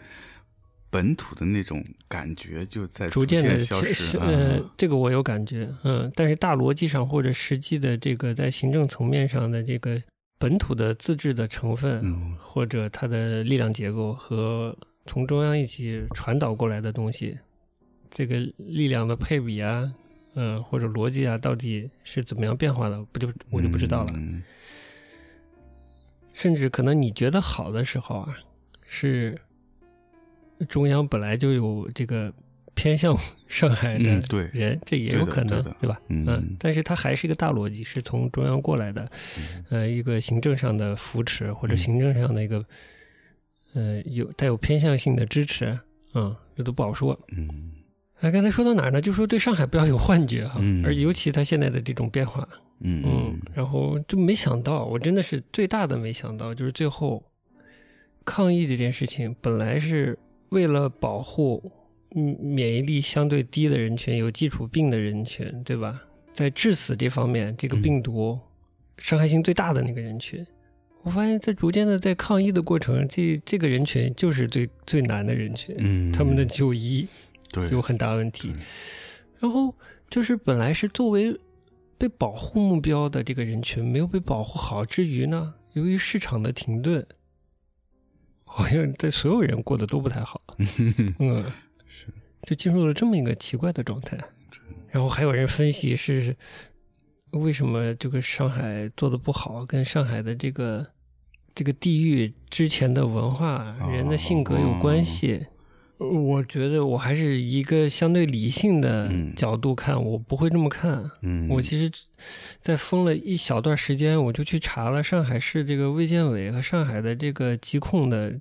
本土的那种感觉就在逐渐的呃渐消失，呃嗯，这个我有感觉，嗯，但是大逻辑上或者实际的这个在行政层面上的这个本土的自治的成分，嗯或者它的力量结构和从中央一起传导过来的东西，这个力量的配比啊，嗯、或者逻辑啊，到底是怎么样变化的，不就我就不知道了。嗯甚至可能你觉得好的时候啊，是中央本来就有这个偏向 *laughs* 上海的嗯对人，这也有可能对的对的，对吧？嗯但是它还是一个大逻辑，是从中央过来的，呃，一个行政上的扶持或者嗯行政上的一个，呃，有带有偏向性的支持，嗯，这都不好说。嗯哎，刚才说到哪儿呢？就说对上海不要有幻觉哈、嗯而尤其它现在的这种变化，嗯嗯嗯，然后就没想到，我真的是最大的没想到，就是最后抗疫这件事情，本来是为了保护嗯免疫力相对低的人群、有基础病的人群，对吧？在致死这方面，这个嗯病毒伤害性最大的那个人群，我发现在逐渐的在抗疫的过程，这这个人群就是最最难的人群，嗯，他们的就医对有很大问题对。然后就是本来是作为被保护目标的这个人群没有被保护好之余呢，由于市场的停顿，好像对所有人过得都不太 *laughs* 好。嗯，是就进入了这么一个奇怪的状态。然后还有人分析是为什么这个上海做的不好，跟上海的这个这个地域之前的文化、哦人的性格有关系。嗯我觉得我还是一个相对理性的嗯角度看，我不会这么看。嗯，我其实，在封了一小段时间，我就去查了上海市这个卫健委和上海的这个疾控的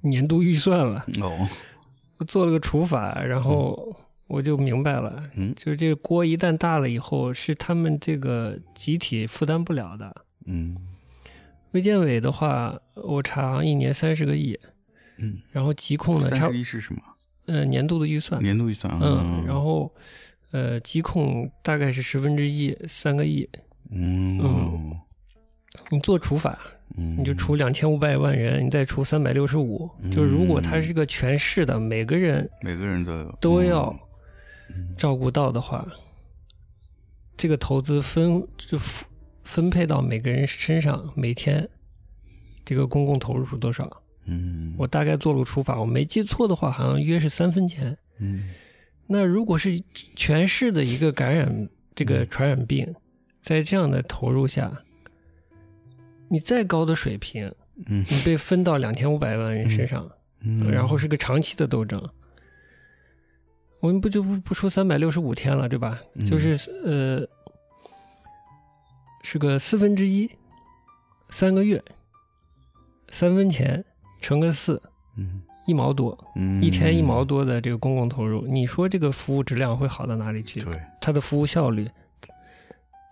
年度预算了。哦，我做了个除法，然后我就明白了，嗯就是这个锅一旦大了以后，是他们这个集体负担不了的。嗯卫健委的话，我查一年三十个亿，嗯，然后疾控呢，三差十一是什么？呃年度的预算，年度预算啊，嗯，然后呃疾控大概是十分之一，三个亿，嗯嗯你做除法，嗯，你就除两千五百万人，你再除三百六十五，就是如果它是一个全市的，每个人每个人的都要嗯照顾到的话，这个投资分就分分配到每个人身上，每天这个公共投入是多少？嗯，我大概做了个除法，我没记错的话，好像约是三分钱。嗯那如果是全市的一个感染这个嗯传染病，在这样的投入下，你再高的水平，嗯你被分到两千五百万人身上，嗯，然后是个长期的斗争。我们不就不不说三百六十五天了，对吧？嗯就是呃，是个四分之一，三个月，三分钱乘个四，嗯一毛多，嗯，一天一毛多的这个公共投入，你说这个服务质量会好到哪里去？对，它的服务效率，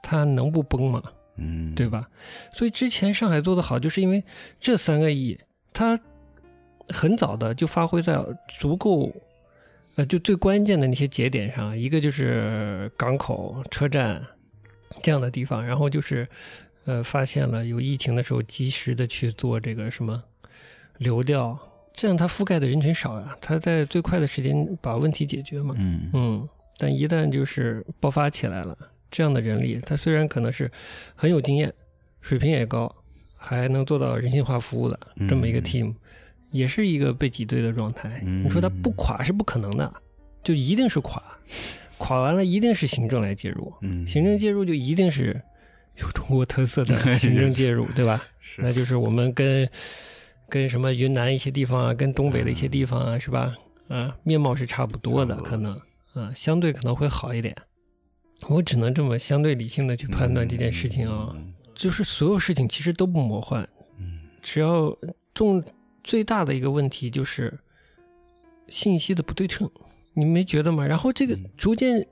它能不崩吗？嗯对吧？所以之前上海做的好，就是因为这三个亿，它很早的就发挥在足够，呃，就最关键的那些节点上，一个就是港口、车站这样的地方，然后就是呃，发现了有疫情的时候，及时的去做这个什么流调，这样它覆盖的人群少呀、它在最快的时间把问题解决嘛。嗯嗯，但一旦就是爆发起来了，这样的人力，他虽然可能是很有经验，水平也高，还能做到人性化服务的这么一个嗯 team，、也是一个被挤兑的状态。嗯你说他不垮是不可能的，就一定是垮，垮完了一定是行政来介入，嗯，行政介入就一定是有中国特 *laughs* 色的行政介入，对吧？是那就是我们跟跟什么云南一些地方啊，跟东北的一些地方啊，是吧？啊，面貌是差不多的，嗯差不多可能啊，相对可能会好一点。我只能这么相对理性的去判断这件事情啊，嗯就是所有事情其实都不魔幻，嗯只要重最大的一个问题就是信息的不对称，你没觉得吗？然后这个嗯逐渐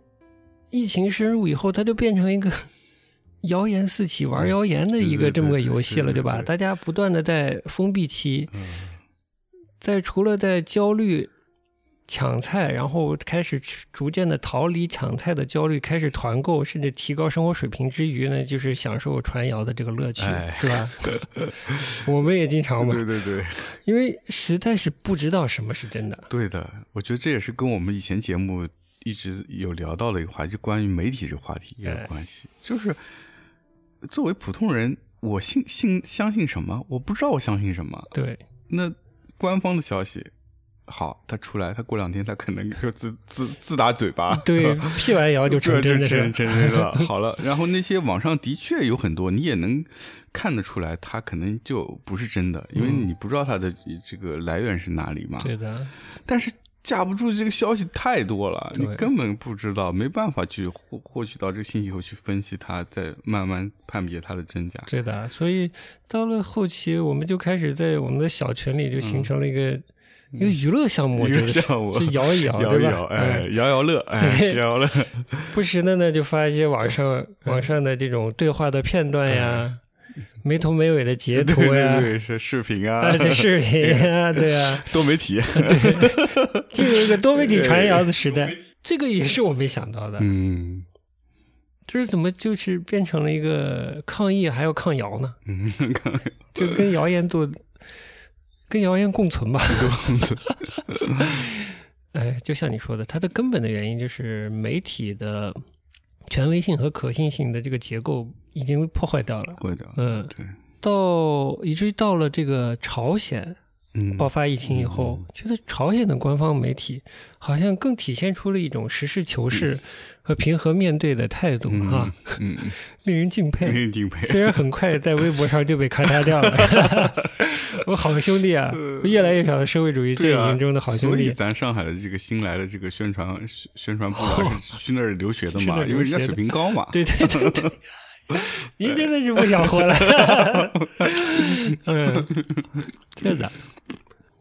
疫情深入以后，它就变成一个 *laughs* 谣言四起、玩谣言的一个嗯对对这么个对对游戏了，对对对吧？对大家不断的在封闭期，嗯在除了在焦虑。抢菜，然后开始去逐渐的逃离抢菜的焦虑，开始团购，甚至提高生活水平之余呢，就是享受传谣的这个乐趣，哎是 *laughs* 吧？ *laughs* 我们也经常买，对对对，因为实在是不知道什么是真的。对的，我觉得这也是跟我们以前节目一直有聊到的一个话题，就关于媒体这个话题也有哎关系。就是作为普通人，我信信相信什么，我不知道我相信什么。对，那官方的消息，好，他出来，他过两天他可能就自自自打嘴巴， *laughs* 对，辟完啊谣就这成这真这的是真真 *laughs* 了。好了，然后那些网上的确有很多，你也能看得出来，它可能就不是真的，因为嗯你不知道它的这个来源是哪里嘛。对的，但是架不住这个消息太多了，对你根本不知道，没办法去获获取到这个信息以后去分析它，再慢慢判别它的真假。对的。所以到了后期，我们就开始在我们的小群里就嗯形成了一个一个娱乐项目，我一觉个得像我 *laughs* 就摇 *laughs* 一摇，摇对一吧摇，？哎，嗯，摇摇乐，哎，对 *laughs* 摇摇乐，不时的呢就发一些网上哎网上的这种对话的片段呀，没头没尾的截对图对呀，*laughs* 哎对，是视频啊啊，，这视频呀，对啊。多媒体，进入一个多媒体传谣的时代，这个也是我没想到的。嗯就是怎么就是变成了一个抗议还要抗谣呢？嗯， *laughs* 刚就跟谣言做， *laughs* 跟谣言共存吧。 *laughs* 哎，就像你说的，它的根本的原因就是媒体的权威性和可信性的这个结构已经破坏掉了。会的，嗯，对，到以至于到了这个朝鲜嗯，爆发疫情以后，觉得朝鲜的官方媒体好像更体现出了一种实事求是和平和面对的态度嗯哈，， *laughs* 嗯，嗯令人敬佩。令人敬 *laughs* 佩，虽然很快在微博上就被咔嚓掉了， *laughs* 我好兄弟啊，越来越少的社会主义阵嗯对啊营中的好兄所以弟，咱上海的这个新来的这个宣传宣宣传部啊，是去那儿留学的哦 *laughs* 去那嘛，儿因留为人家学水的平高嘛，对对对 *laughs* 对，您真的是不想活了，嗯，真的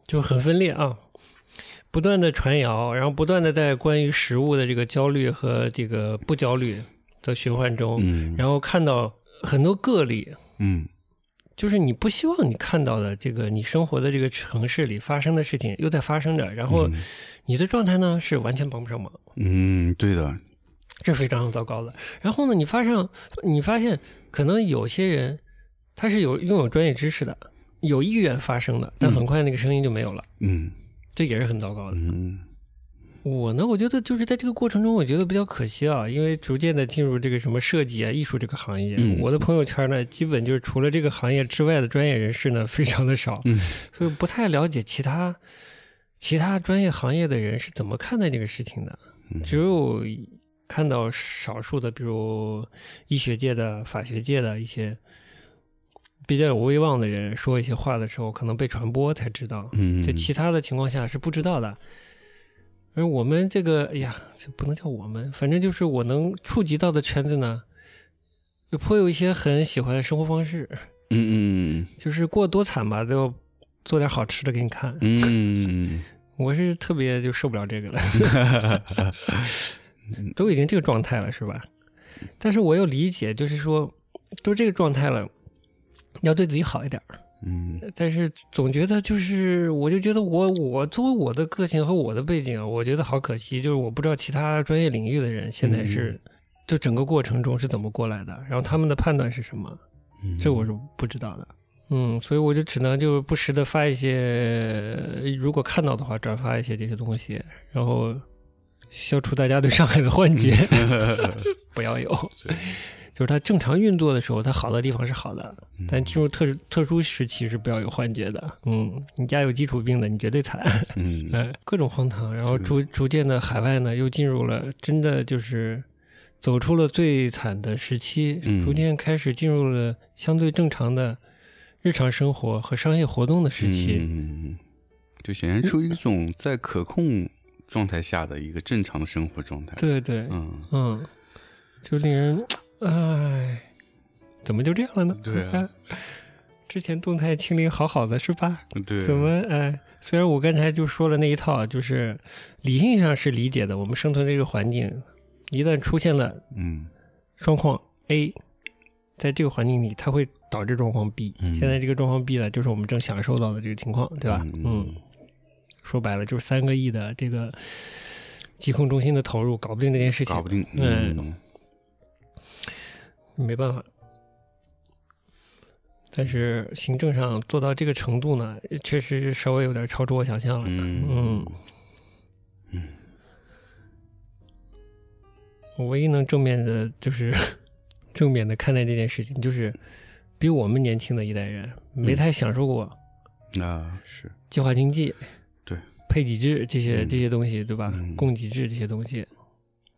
就很分裂啊，不断的传谣，然后不断的在关于食物的这个焦虑和这个不焦虑的循环中，嗯然后看到很多个例，嗯就是你不希望你看到的这个你生活的这个城市里发生的事情又在发生着，然后你的状态呢是完全帮不上忙，嗯，对的，这非常糟糕的。然后呢，你发现你发现可能有些人他是有拥有专业知识的，有意愿发声的，但很快那个声音就没有了，嗯这也是很糟糕的。嗯我呢，我觉得就是在这个过程中，我觉得比较可惜啊，因为逐渐的进入这个什么设计啊、艺术这个行业，嗯我的朋友圈呢，基本就是除了这个行业之外的专业人士呢，非常的少，嗯所以不太了解其他嗯其他专业行业的人是怎么看待这个事情的。只有看到少数的，比如医学界的、法学界的一些比较有威望的人说一些话的时候，可能被传播才知道。嗯，就其他的情况下是不知道的。而我们这个，哎呀，这不能叫我们，反正就是我能触及到的圈子呢，就颇有一些很喜欢的生活方式，嗯嗯就是过多惨吧，都要做点好吃的给你看。嗯嗯我是特别就受不了这个了，嗯，都已经这个状态了，是吧？但是我又理解，就是说，都这个状态了，要对自己好一点儿。嗯但是总觉得就是，我就觉得我我作为我的个性和我的背景，我觉得好可惜，就是我不知道其他专业领域的人现在是、就整个过程中是怎么过来的，然后他们的判断是什么，嗯，这我是不知道的。嗯，所以我就只能就是不时的发一些，如果看到的话转发一些这些东西，然后消除大家对上海的幻 *laughs* 觉，不要有。对 *laughs* 就是它正常运作的时候，它好的地方是好的，嗯但进入特特殊时期是不要有幻觉的。嗯，你家有基础病的，你绝对惨，嗯哎，各种荒唐。然后对逐逐渐的，海外呢又进入了真的就是走出了最惨的时期嗯，逐渐开始进入了相对正常的日常生活和商业活动的时期。嗯，就显现出一种在可控状态下的一个正常的生活状态。对对，嗯，嗯，就令人哎，怎么就这样了呢？对啊， *laughs* 之前动态清零好好的是吧？对，啊怎么？哎，虽然我刚才就说了那一套，啊就是理性上是理解的，我们生存这个环境，一旦出现了嗯状况 A，在这个环境里，它会导致状况 B。嗯现在这个状况 B 呢，就是我们正享受到的这个情况，对吧？嗯，说白了就是三个亿的这个疾控中心的投入，搞不定这件事情搞，不定。嗯没办法。但是行政上做到这个程度呢，确实是稍微有点超出我想象了。嗯我唯一能正面的就是 *laughs* 正面的看待这件事情，就是比我们年轻的一代人没太享受过嗯，啊是，计划经济，对配给制这些嗯这些东西，对吧嗯？供给制这些东西，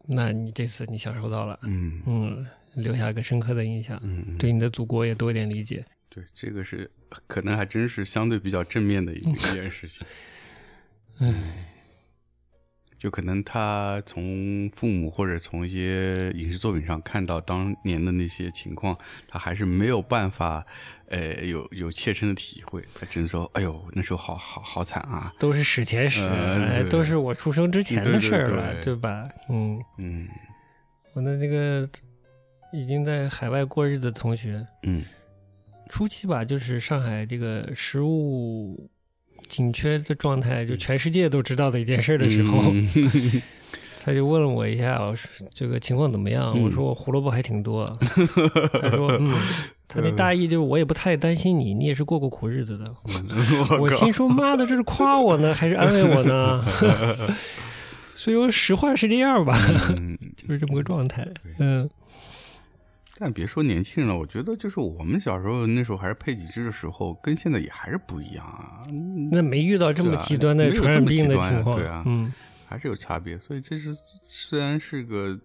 那你这次你享受到了，嗯嗯，留下一个深刻的印象，嗯，对你的祖国也多一点理解。对，这个是可能还真是相对比较正面的一一件事情。嗯 *laughs* 唉，就可能他从父母或者从一些影视作品上看到当年的那些情况，他还是没有办法，呃，有有切身的体会。他只能说：“哎呦，那时候好好好惨啊都是史前史，呃哎对都是我出生之前的事儿了，对对对对吧？嗯，！”嗯我的那个已经在海外过日子的同学，嗯初期吧，就是上海这个食物紧缺的状态，就全世界都知道的一件事儿的时候，嗯 *laughs* 他就问了我一下，我说这个情况怎么样？嗯我说我胡萝卜还挺 *laughs* 多。他说，嗯，他那大意就是我也不太担心你，你也是过过苦日子的。我靠心说，妈的，这是夸我呢，还是安慰我呢？ *laughs* 所以说，实话是这样吧，嗯 *laughs* 就是这么个状态。嗯但别说年轻人了，我觉得就是我们小时候那时候还是配给制的时候，跟现在也还是不一样啊，嗯那没遇到这么对啊极端的没有传染这么极病的端啊情况，对啊嗯，还是有差别。所以这是虽然是个，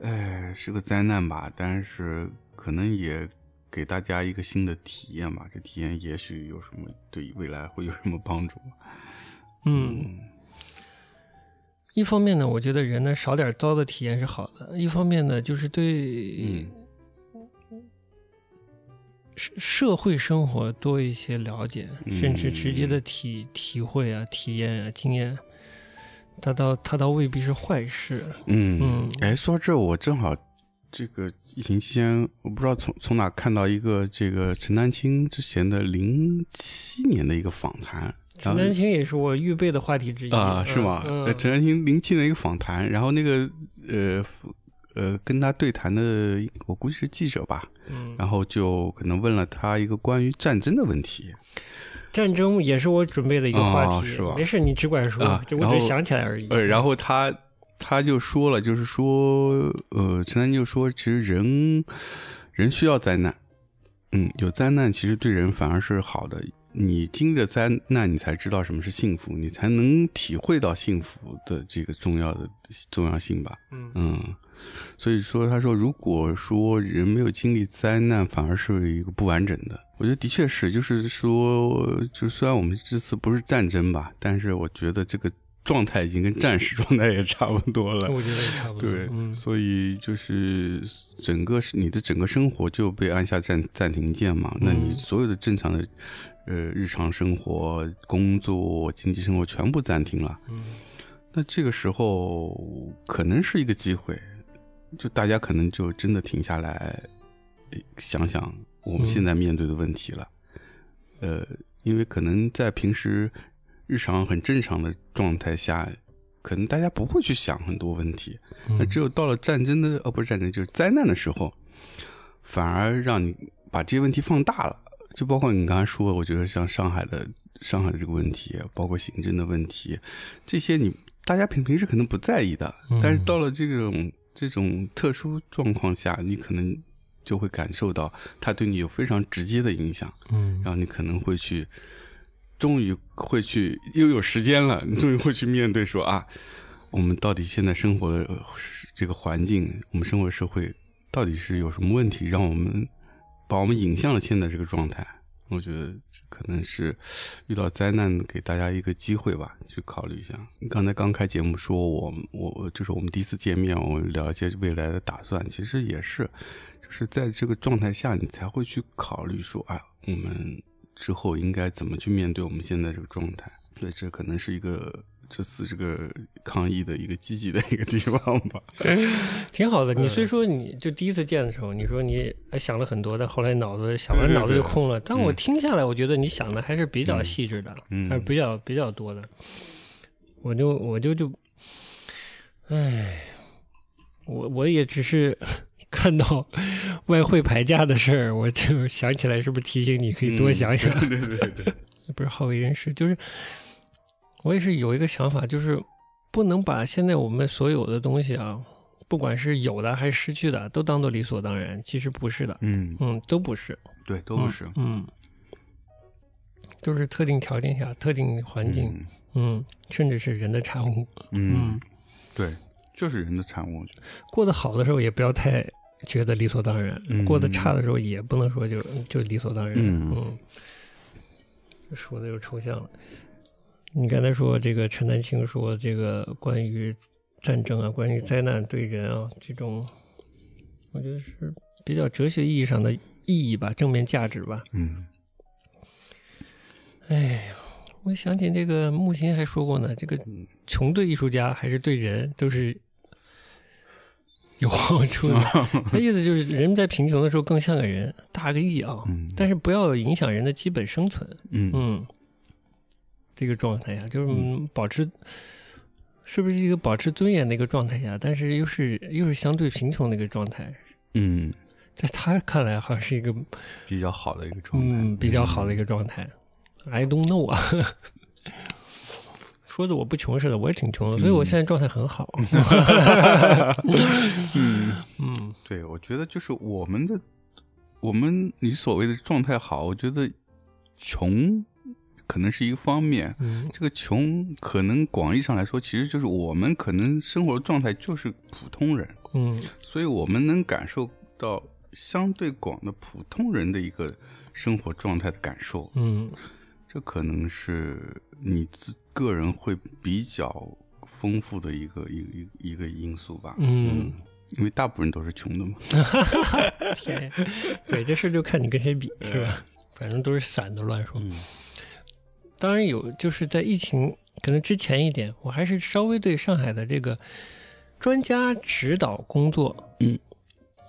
哎，是个灾难吧，但是可能也给大家一个新的体验吧。这体验也许有什么对未来会有什么帮助？嗯，一方面呢，我觉得人呢少点糟的体验是好的；一方面呢，就是对嗯社社会生活多一些了解，嗯甚至直接的体体会啊、体验啊、经验，它倒它倒未必是坏事。嗯嗯，哎，说到这儿，我正好这个疫情期间，我不知道从从哪看到一个这个陈丹青之前的零七年的一个访谈。陈然后丹青也是我预备的话题之一啊，是吗？嗯呃，陈丹青零七的一个访谈，然后那个呃呃跟他对谈的，我估计是记者吧，嗯，然后就可能问了他一个关于战争的问题战争也是我准备的一个话哦题，是吧没事，你只管说，啊就然我后只是想起来而已。呃，然后他他就说了，就是说呃陈丹青就说，其实人人需要灾难，嗯，有灾难其实对人反而是好的，你经着灾难，你才知道什么是幸福，你才能体会到幸福的这个重要的重要性吧。嗯嗯，所以说，他说，如果说人没有经历灾难，反而是一个不完整的。我觉得的确是，就是说，就虽然我们这次不是战争吧，但是我觉得这个状态已经跟战时状态也差不多了。嗯我觉得也差不多。 *laughs* 对，嗯所以就是整个是你的整个生活就被按下暂暂停键嘛，那你嗯所有的正常的呃日常生活、工作、经济生活全部暂停了。嗯那这个时候可能是一个机会，就大家可能就真的停下来，呃想想我们嗯现在面对的问题了。呃，因为可能在平时日常很正常的状态下，可能大家不会去想很多问题。那嗯只有到了战争的，哦，不是战争，就是灾难的时候，反而让你把这些问题放大了。就包括你刚才说，我觉得像上海的上海的这个问题，包括行政的问题，这些你大家平平时可能不在意的，嗯但是到了这种这种特殊状况下，你可能就会感受到它对你有非常直接的影响。嗯然后你可能会去，终于会去又有时间了，你终于会去面对说啊，我们到底现在生活的呃这个环境，我们生活的社会到底是有什么问题，让我们把我们引向了现在这个状态？我觉得这可能是遇到灾难给大家一个机会吧，去考虑一下。刚才刚开节目说我我就是我们第一次见面，我们聊一些未来的打算，其实也是，就是在这个状态下，你才会去考虑说，啊，我们之后应该怎么去面对我们现在这个状态。对，这可能是一个这次这个抗疫的一个积极的一个地方吧。 *laughs* 挺好的。你虽说你就第一次见的时候，你说你哎想了很多，但后来脑子想完对对脑子就对空了。但我嗯听下来，我觉得你想的还是比较细致的，嗯还是比较比较多的。我就我就就，唉，我我也只是 *laughs* 看到外汇牌价的事儿，我就想起来是不是提醒你可以嗯多想想。对对对对，不是好为人师，就是我也是有一个想法，就是不能把现在我们所有的东西啊，不管是有的还是失去的，都当做理所当然，其实不是的，嗯， *laughs* 嗯，都不是，对，都是嗯，都是特定条件下、特定环境，嗯甚至是人的产物，嗯，嗯，对，就是人的产物，我觉得过得好的时候也不要太觉得理所当然，嗯过得差的时候也不能说就就理所当然。嗯说的又抽象了。你刚才说这个陈丹青说这个关于战争啊，关于灾难对人啊这种，我觉得是比较哲学意义上的意义吧，正面价值吧。嗯哎呀，我想起这个木心还说过呢，这个穷对艺术家还是对人都是有好处的。他意思就是，人们在贫穷的时候更像个人，大个义啊，嗯但是不要影响人的基本生存。嗯嗯，这个状态下，就是嗯保持，是不是一个保持尊严的一个状态下，但是又是又是相对贫穷的一个状态，嗯，在他看来好像是一个比较好的一个状态，嗯比较好的一个状态。I don't know 啊， *laughs* 说的我不穷似的，我也挺穷的，所以我现在状态很好。嗯对，我觉得就是我们的，我们你所谓的状态好，我觉得穷可能是一个方面。嗯这个穷可能广义上来说，其实就是我们可能生活的状态就是普通人，嗯所以我们能感受到相对广的普通人的一个生活状态的感受。嗯这可能是你自个人会比较丰富的一个一个一个因素吧。嗯，因为大部分人都是穷的嘛。天， *laughs* 对，这事儿就看你跟谁比是吧？反正都是散的乱说。嗯当然有，就是在疫情可能之前一点，我还是稍微对上海的这个专家指导工作，嗯，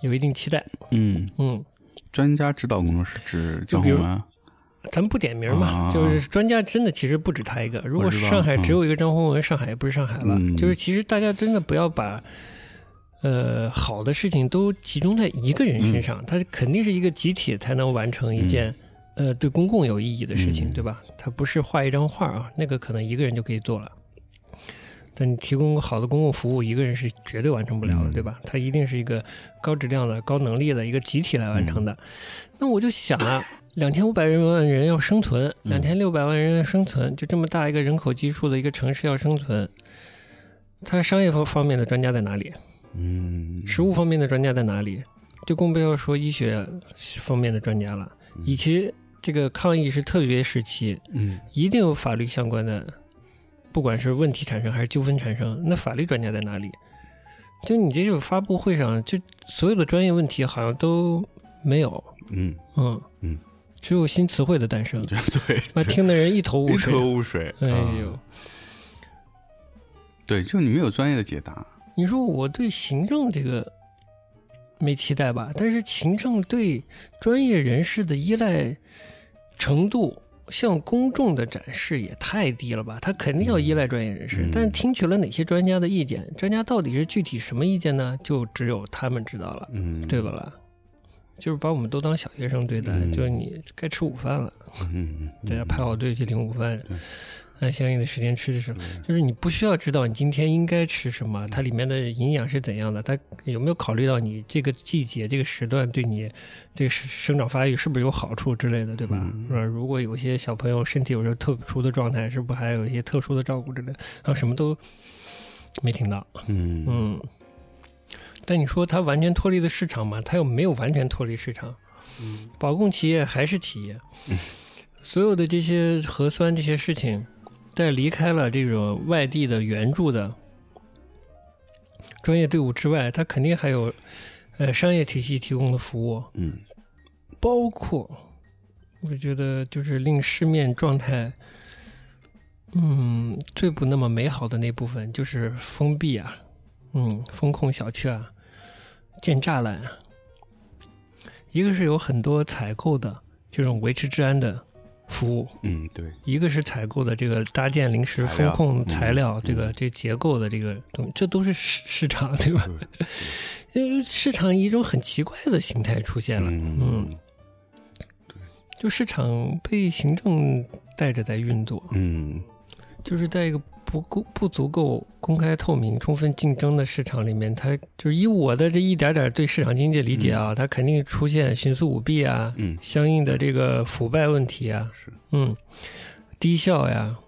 有一定期待。嗯。嗯，专家指导工作是指就张比如宏啊安，咱不点名嘛，啊就是专家真的其实不止他一个。如果知道上海嗯只有一个张宏文，上海也不是上海了。嗯就是其实大家真的不要把。呃，好的事情都集中在一个人嗯身上，它肯定是一个集体才能完成一件、呃对公共有意义的事情，嗯对吧？它不是画一张画啊，那个可能一个人就可以做了。但你提供好的公共服务，一个人是绝对完成不了的，嗯对吧？它嗯一定是一个高质量的、高能力的一个集体来完成的。那我就想啊，两千五百万人要生存，嗯两千六百万人要生存，就这么大一个人口基数的一个城市要生存，它商业方方面的专家在哪里？嗯，食物方面的专家在哪里？就更不要说医学方面的专家了，以及这个抗疫是特别时期，嗯一定有法律相关的，不管是问题产生还是纠纷产生，那法律专家在哪里？就你这种发布会上，就所有的专业问题好像都没有，嗯，嗯 *laughs* 嗯，只有新词汇的诞生，这对， *laughs* 那这听的人一头雾一水。头雾水。哎啊呦，，对，就你没有专业的解答。你说我对行政这个没期待吧？但是行政对专业人士的依赖程度。向公众的展示也太低了吧？他肯定要依赖专业人士，嗯但听取了哪些专家的意见？专家到底是具体什么意见呢？就只有他们知道了，嗯，对吧？啦？就是把我们都当小学生对待，嗯就是你该吃午饭了，嗯？嗯，大家排好队去领午饭对，嗯按相应的时间吃吃什么。就是你不需要知道你今天应该吃什么，它里面的营养是怎样的，它有没有考虑到你这个季节、这个时段对你这个生生长发育是不是有好处之类的，对吧？嗯是吧？如果有些小朋友身体有时候特殊的状态，是不是还有一些特殊的照顾之类的？然后什么都没听到，嗯嗯嗯。但你说它完全脱离了市场嘛？它又没有完全脱离市场，保供企业还是企业，所有的这些核酸这些事情，在离开了这种外地的援助的专业队伍之外，它肯定还有呃商业体系提供的服务，嗯包括我觉得就是令市面状态。嗯，最不那么美好的那部分就是封闭啊，嗯，风控小区啊，建栅栏啊，一个是有很多采购的这种维持治安的服务，嗯， *laughs* 对，一个是采购的这个搭建临时材风料控嗯材料，这个嗯这结构的这个东西，这都是市市场对吧？因为市场以一种很奇怪的形态出现了，嗯就市场被行政带着在运作，嗯就是在一个不够不足够公开透明、充分竞争的市场里面，它就是以我的这一点点对市场经济理解啊，它肯定出现徇私舞弊啊，嗯，相应的这个腐败问题啊，是嗯，低效呀，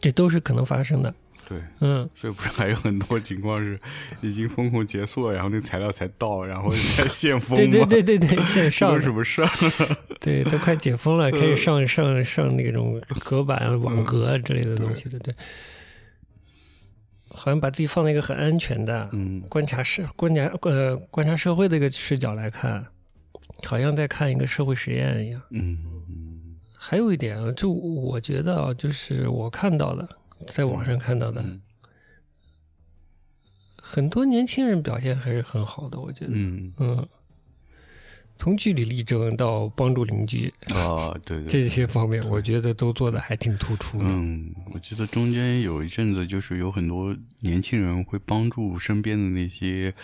这都是可能发生的。对。嗯，所以不是还有很多情况是已经风控结束了，然后那材料才到，然后才 *laughs* 现封吗？对对对对 *laughs* 对，线这上有什的么事儿？对都快解封 *laughs* 了，可嗯以上上上那种隔板、网格之类的东西，对对。好像把自己放在一个很安全的，嗯观察社观察呃观察社会的一个视角来看，好像在看一个社会实验一样。嗯还有一点啊，就我觉得啊，就是我看到的，在网上看到的，嗯很多年轻人表现还是很好的，我觉得，嗯嗯，从据理力争到帮助邻居啊，对对，这些方面，我觉得都做的还挺突出的。嗯，我记得中间有一阵子，就是有很多年轻人会帮助身边的那些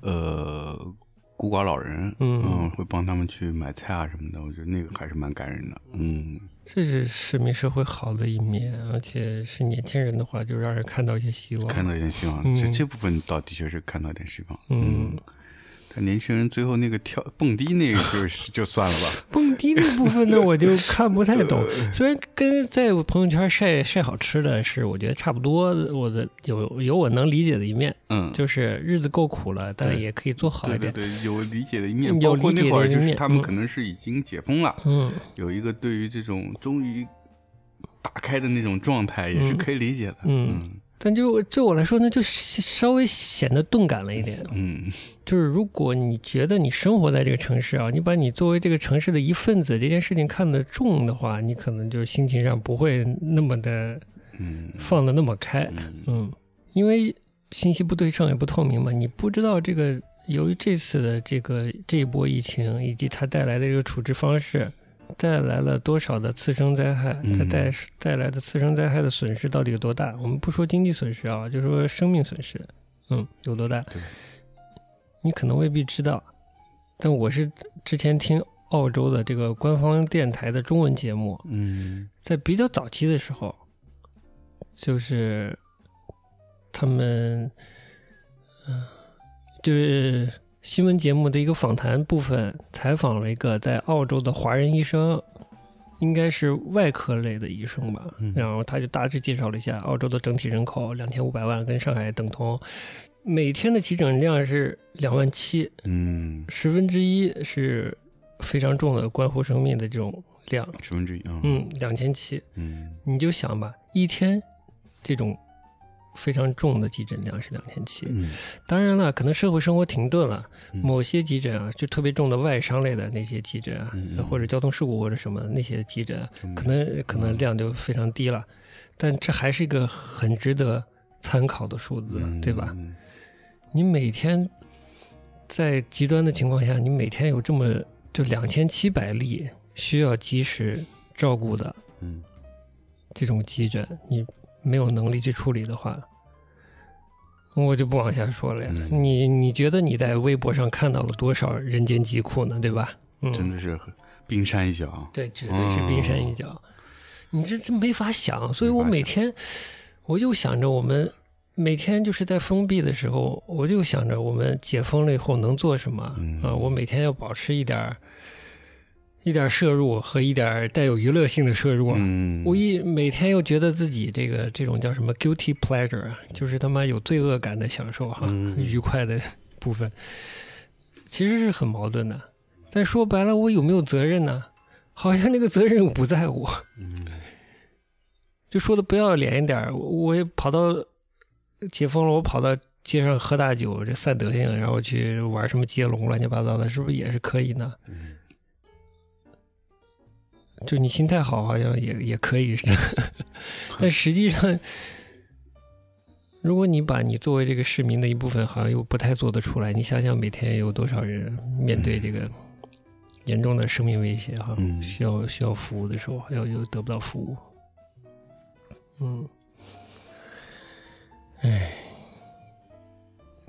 呃孤寡老人，嗯会帮他们去买菜啊什么的，我觉得那个还是蛮感人的。嗯这是市民社会好的一面，而且是年轻人的话，就让人看到一些希望。看到一点希望，嗯这这部分倒的确是看到一点希望。嗯但年轻人最后那个跳蹦迪那个就是 *laughs* 就算了吧，蹦迪那部分呢，我就看不太 *laughs* 懂。虽然跟在我朋友圈晒晒好吃的是，我觉得差不多，我的有有我能理解的一面，嗯，就是日子够苦了，但对也可以做好对一对点。嗯对，有理解的一面，有包括理解那会的儿一就是面他们嗯可能是已经解封了，嗯，有一个对于这种终于打开的那种状态，也是可以理解的。嗯嗯但就就我来说呢，就是稍微显得钝感了一点。嗯就是如果你觉得你生活在这个城市啊，你把你作为这个城市的一份子这件事情看得重的话，你可能就是心情上不会那么的嗯放得那么开。嗯嗯，因为信息不对称也不透明嘛，你不知道这个由于这次的这个这一波疫情以及它带来的这个处置方式，带来了多少的次生灾害，嗯它带带来的次生灾害的损失到底有多大？我们不说经济损失啊，就说生命损失，嗯，有多大对？你可能未必知道，但我是之前听澳洲的这个官方电台的中文节目，嗯在比较早期的时候，就是他们，嗯、呃就是新闻节目的一个访谈部分，采访了一个在澳洲的华人医生，应该是外科类的医生吧，然后他就大致介绍了一下澳洲的整体人口两千五百万，跟上海等同，每天的急诊量是两万七，嗯，十分之一是非常重的关乎生命的这种量，十分之一啊，嗯，两千七，嗯你就想吧，一天这种非常重的急诊量是两千七，嗯当然了，可能社会生活停顿了，嗯某些急诊啊，就特别重的外伤类的那些急诊啊，嗯嗯或者交通事故或者什么那些急诊啊，嗯可能可能量就非常低了，但这还是一个很值得参考的数字，嗯对吧？嗯你每天在极端的情况下，你每天有这么就两千七百例需要及时照顾的嗯，这种急诊，你没有能力去处理的话，我就不往下说了呀。嗯你你觉得你在微博上看到了多少人间疾苦呢？对吧？嗯，真的是很冰山一角，对，绝对是冰山一角。你这这没法想，所以我每天我就想着我们每天就是在封闭的时候，我就想着我们解封了以后能做什么啊、嗯我每天要保持一点儿一点儿摄入和一点儿带有娱乐性的摄入啊。嗯，我一每天又觉得自己这个这种叫什么 guilty pleasure，啊，就是他妈有罪恶感的享受哈，嗯愉快的部分，其实是很矛盾的。但说白了，我有没有责任呢？好像那个责任不在我，嗯就说的不要脸一点儿，我我也跑到解封了，我跑到街上喝大酒，这散德性，然后去玩什么接龙乱七八糟的，是不是也是可以呢？嗯就你心态好，好像也也可以是，但实际上，如果你把你作为这个市民的一部分，好像又不太做得出来。你想想，每天有多少人面对这个严重的生命威胁哈，嗯需要需要服务的时候，又又得不到服务，嗯，哎，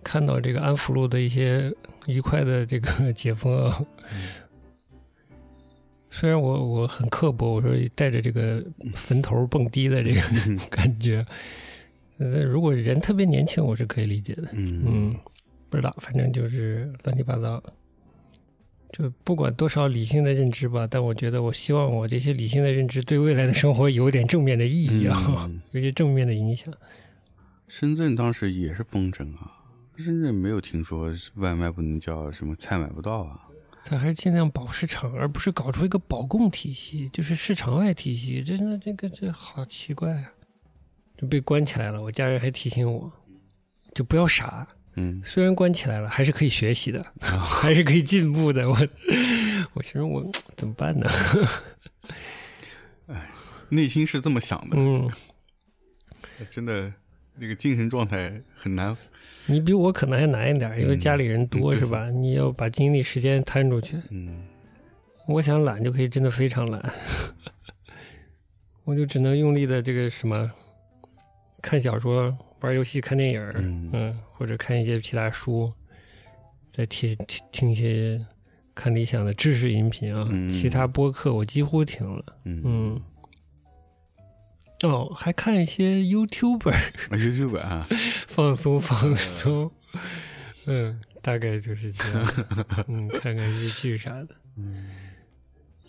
看到这个安福路的一些愉快的这个解封啊。虽然我我很刻薄，我说带着这个坟头蹦迪的这个嗯 *laughs* 感觉，呃，如果人特别年轻，我是可以理解的。嗯嗯，不知道，反正就是乱七八糟。就不管多少理性的认知吧，但我觉得，我希望我这些理性的认知对未来的生活有点正面的意义啊，嗯 *laughs* 有些正面的影响。深圳当时也是封城啊，深圳没有听说外卖不能叫，什么菜买不到啊，他还是尽量保市场，而不是搞出一个保供体系，就是市场外体系。真的，这个这好奇怪啊！就被关起来了，我家人还提醒我，就不要傻。嗯虽然关起来了，还是可以学 *laughs* 习的，还是可以进步的。我 *laughs* 我其实我怎么办呢？ *laughs* 内心是这么想的，嗯，真的那个精神状态很难，你比我可能还难一点，因为嗯家里人多、对是吧？你要把精力时间摊出去。嗯我想懒就可以真的非常懒，我就只能用力的这个什么，看小说、玩游戏、看电影儿，嗯嗯，或者看一些其他书，再听听听一些看理想的知识音频啊，嗯其他播客我几乎停了，嗯嗯。哦，还看一些 YouTuber 啊，YouTube 啊，放松放松， *laughs* 嗯，大概就是这样， *laughs* 嗯，看看日剧啥的。嗯，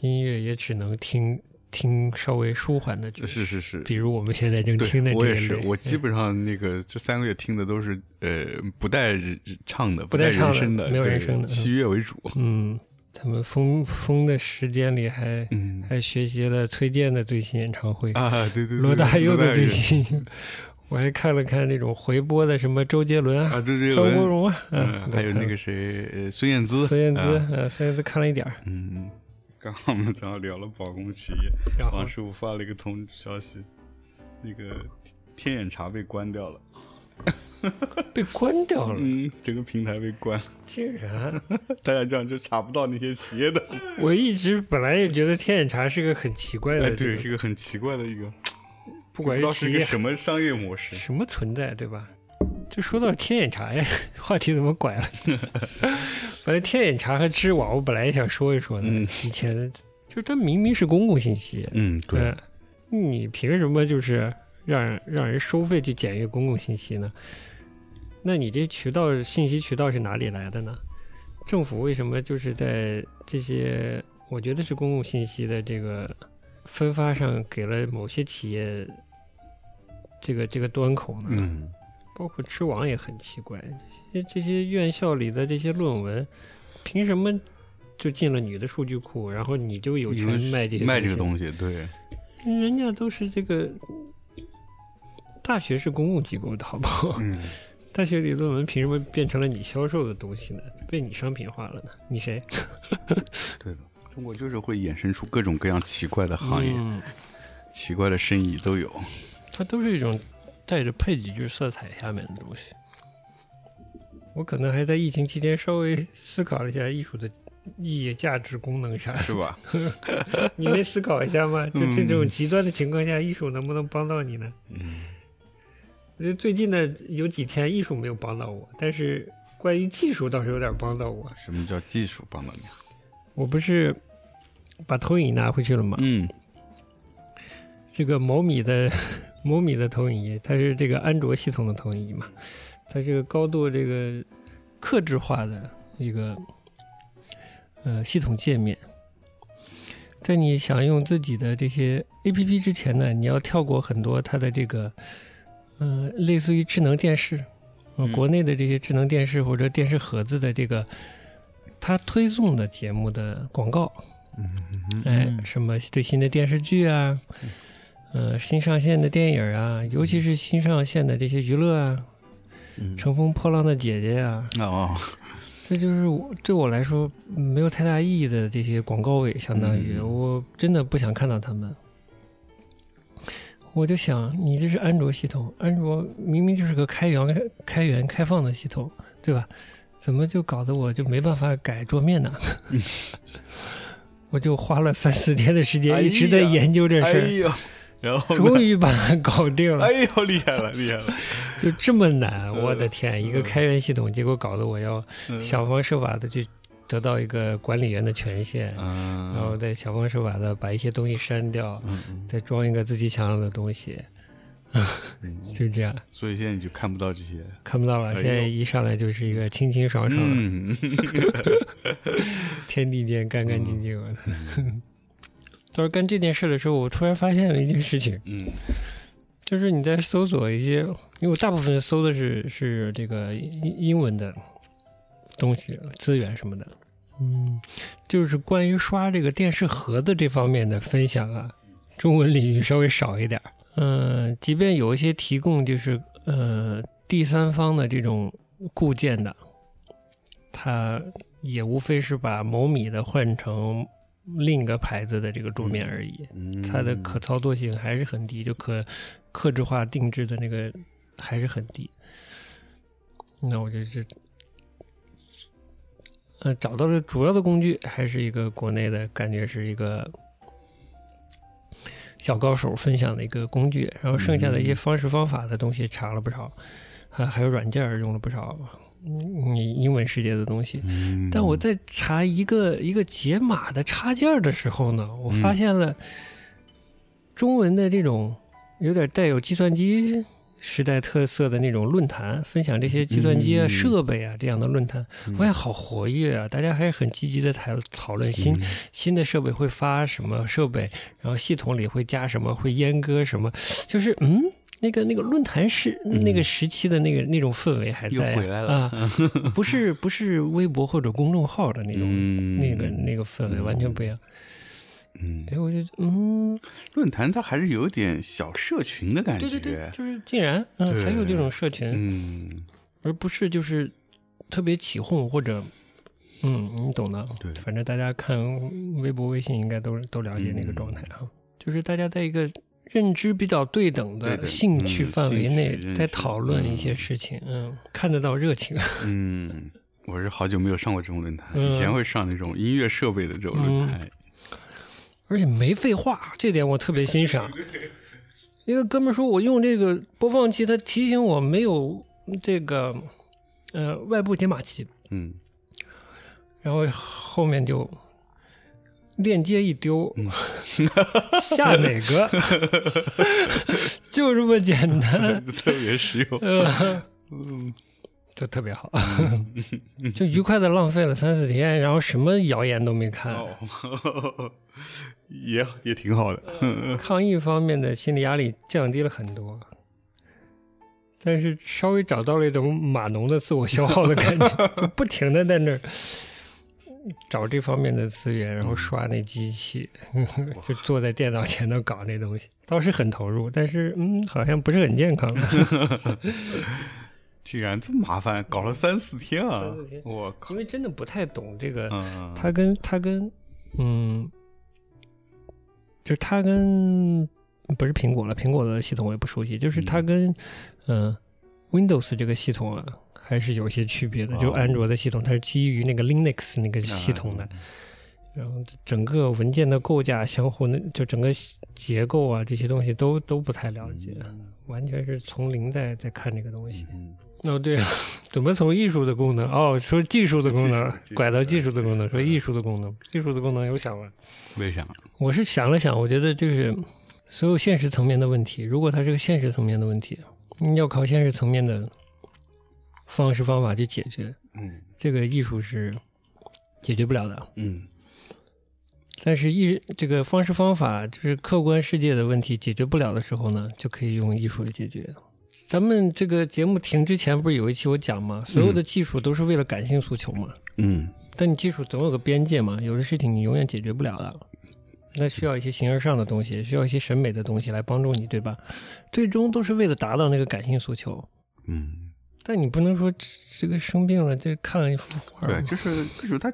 音乐也只能听听稍微舒缓的剧，是是是，比如我们现在正听的这哎对，我个嗯也类，是，我基本上那个这三个月听的都是呃不带人唱的，不不带带唱人的声的，没有对人声的器乐为主。嗯，咱们封封的时间里还、嗯还学习了崔健的最新演唱会，啊，对对对，罗大佑的最佑新， *laughs* 我还看了看那种回播的什么周杰伦啊、啊，周杰张国伦，荣啊，嗯，还有都看那个了谁，呃，孙燕姿，孙燕姿，啊呃，孙燕姿看了一点儿，嗯，刚刚我们正好聊了保供企业，然后王师傅发了一个通知消息，那个天眼查被关掉了，被关掉了，嗯，整个平台被关了，竟然。大家这样就查不到那些企业的，我一直本来也觉得天眼查是个很奇怪哎，的，对，这是个个很奇怪的一个，不不管知是道是企一个业什么商业模式。什么存在，对吧？就说到天眼查呀， *laughs* 话题怎么拐了？ *laughs* 本来天眼查和知网，我本来也想说一说呢。嗯以前就它明明是公共信息，嗯，对，呃你凭什么就是让人让人收费去检阅公共信息呢？那你这渠道信息渠道是哪里来的呢？政府为什么就是在这些我觉得是公共信息的这个分发上给了某些企业这个这个端口呢？嗯，包括知网也很奇怪，这些这些院校里的这些论文，凭什么就进了你的数据库，然后你就有你权们卖这些卖这个西东西，对，人家都是这个大学是公共机构的好不好？嗯，大学里论文凭什么变成了你销售的东西呢？被你商品化了呢？你谁？对的。中国就是会衍生出各种各样奇怪的行业、嗯，奇怪的生意 *laughs* 都有。它都是一种带着配几句色彩下面的东西。我可能还在疫情期间稍微思考了一下艺术的意义、价值、功能啥的。是吧？你没思考一下吗？就这种极端的情况下，艺术能不能帮到你呢？嗯，我觉得最近的有几天，艺术没有帮到我，但是关于技术倒是有点帮到我。什么叫技术帮到你？我不是把投影拿回去了吗？嗯这个某米的 *laughs* 某米的投影仪，它是这个安卓系统的投影仪嘛，它这个高度这个克制化的一个呃系统界面。在你想用自己的这些 A P P 之前呢，你要跳过很多它的这个，嗯、类似于智能电视，呃嗯国内的这些智能电视或者电视盒子的这个，它推送的节目的广告，嗯哎，什么最新的电视剧啊，呃，新上线的电影啊，尤其是新上线的这些娱乐啊，《嗯乘风破浪的姐姐》啊，哦，这就是我对我来说没有太大意义的这些广告位，相当于嗯我真的不想看到他们。我就想，你这是安卓系统，安卓明明就是个开源、开源、开放的系统，对吧？怎么就搞得我就没办法改桌面 *laughs* 呢？我就花了三四天的时哎间，呀一直在研究这哎事儿，嗯呦，然后呢终于把它搞定了哎。呦，厉害了，厉害了！ *laughs* 就这么难，对我的天！一个开源系统，结果搞得我要嗯想方设法的去得到一个管理员的权限，*laughs* 嗯，然后再想方设法的把一些东西删掉，嗯嗯再装一个自己想要的东西，嗯， *laughs* 就这样所以现在你就看不到这些。看不到了。哎呦现在一上来就是一个清清爽爽，嗯，天地间干干净净。嗯 *laughs* 到时候干这件事的时候，我突然发现了一件事情，嗯就是你在搜索一些，因为我大部分搜的是是这个英英文的东西资源什么的，嗯，就是关于刷这个电视盒子这方面的分享啊，中文领域稍微少一点儿。嗯、即便有一些提供就是呃第三方的这种固件的，它也无非是把某米的换成另一个牌子的这个桌面而已。嗯，它的可操作性还是很低，就可克制化定制的那个还是很低。那我就是，呃，找到的主要的工具还是一个国内的，感觉是一个小高手分享的一个工具，然后剩下的一些嗯方式方法的东西查了不少，还、还有软件儿用了不少，嗯，英文世界的东西。嗯，但我在查一个一个解码的插件儿的时候呢，我嗯发现了中文的这种有点带有计算机时代特色的那种论坛，分享这些计算机啊、嗯设备啊这样的论坛，我也好活跃啊！大家还是很积极的讨讨论新、新的设备会发什么设备，然后系统里会加什么，会阉割什么，就是嗯。那个那个论坛是那个时期的那个、那种氛围还嗯又在回来了啊，不是不是微博或者公众号的那种、嗯那个那个氛围完全不一样。嗯，哎，我就嗯，论坛它还是有点小社群的感觉。对对对，就是竟然嗯、对还有这种社群，嗯，而不是就是特别起哄或者嗯，你懂的。对反正大家看微博、微信应该都都了解嗯那个状态啊，就是大家在一个认知比较对等对的的兴趣嗯范围兴趣内认，在知讨论一些嗯事情，嗯，看得到热情，嗯，我是好久没有上过这种论坛，嗯以前会上那种音乐设备的这种论坛。 *laughs* 而且没废话，这点我特别欣 *laughs* 赏。一个哥们儿说，我用这个播放器，它提醒我没有这个呃外部解码器，嗯然后后面就链接一丢，嗯 *laughs* 下哪个？就这么简单。嗯 *laughs* 嗯特别实用。呃，就特别好， *laughs* 就愉快的浪费了三四天，然后什么谣言都没看。哦， *laughs* 也也挺好的。嗯抗疫方面的心理压力降低了很多，但是稍微找到了一种码农的自我消耗的感觉，就不停的在那儿找这方面的资源，然后刷那机器，就坐在电脑前头搞那东西，倒是很投入，但是嗯，好像不是很健康。 *laughs* 竟然这么麻烦，搞了三四天啊三四！天我靠因，为真的不太懂这个，嗯，它跟它跟嗯，就是它跟不是苹果了，苹果的系统我也不熟悉，就是它跟嗯、呃 Windows 这个系统啊，还是有些区别的。就哦啊嗯安卓的系统，它是基于那个 Linux 那个系统的，然后整个文件的构架、相互那就整个结构啊这些东西都都不太了解，完全是从零在在看这个东西。嗯，哦，对，怎么从艺术的功能哦说技术的功能技术技术拐到技术的功能，技说术艺术的功能，艺术的功能有想法。为啥？我是想了想，我觉得就是所有现实层面的问题，如果它是个现实层面的问题，你要靠现实层面的方式方法去解决，嗯这个艺术是解决不了的。嗯但是艺这个方式方法就是客观世界的问题解决不了的时候呢，就可以用艺术来解决。咱们这个节目停之前不是有一期我讲吗？所有的技术都是为了感性诉求嘛，嗯，但你技术总有个边界嘛，有的事情你永远解决不了的，那需要一些形而上的东西，需要一些审美的东西来帮助你，对吧？最终都是为了达到那个感性诉求。嗯，但你不能说这这个生病了，这看了一幅画对，就是技术它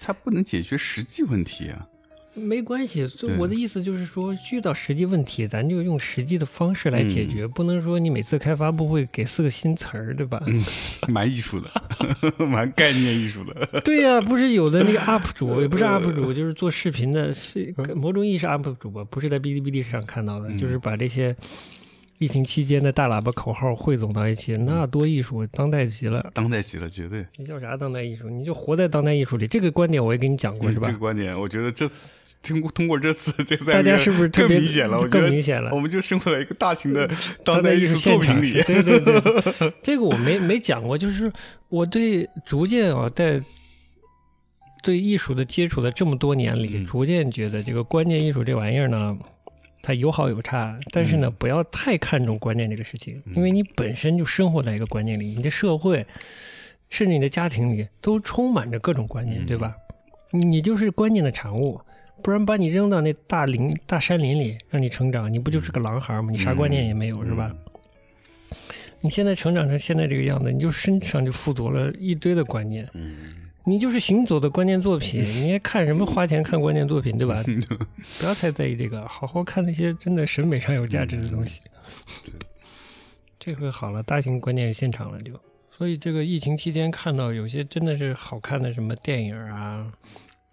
它不能解决实际问题啊。 *laughs* 没关系，就对我的意思就是说，遇到实际问题，咱就用实际的方式来解嗯决，不能说你每次开发布会给四个新词儿，对吧？嗯蛮艺术的， *laughs* 蛮概念艺术 *laughs* 的。对呀、不是有的那个 UP 主，也不呃是 UP 主，就是做视频的，是嗯某种意义是 UP 主吧？不是在哔哩哔哩上看到的，就是把这些疫情期间的大喇叭口号汇总到一起，那多艺术，当代极了。当代极了，绝对你叫啥当代艺术？你就活在当代艺术里。这个观点我也跟你讲过，是吧嗯这个？观点，我觉得这次通过通过这次这大三个家是不是特更别明显了？我觉更得明显了嗯我。们就生活在一个大型的当代代艺术术作品里 *laughs* 现。场是对对对，这个我没没讲过，就是我对逐渐啊，在对艺术的接触的这么多年里，嗯逐渐觉得这个观念艺术这玩意儿呢。它有好有差，但是呢，嗯不要太看重观念这个事情，因为你本身就生活在一个观念里，你的社会，甚至你的家庭里都充满着各种观念，嗯对吧？你就是观念的产物，不然把你扔到那大林大山林里，让你成长，你不嗯就是个狼孩吗？你啥观念也没有，是吧？你现在成长成现在这个样子，你就身上就附着了一堆的观念，嗯，你就是行走的观念作品。你还看什么花钱看观念作品，对吧？不要太在意这个，好好看那些真的审美上有价值的东西。这回好了，大型观念有现场了就。所以这个疫情期间看到有些真的是好看的什么电影啊，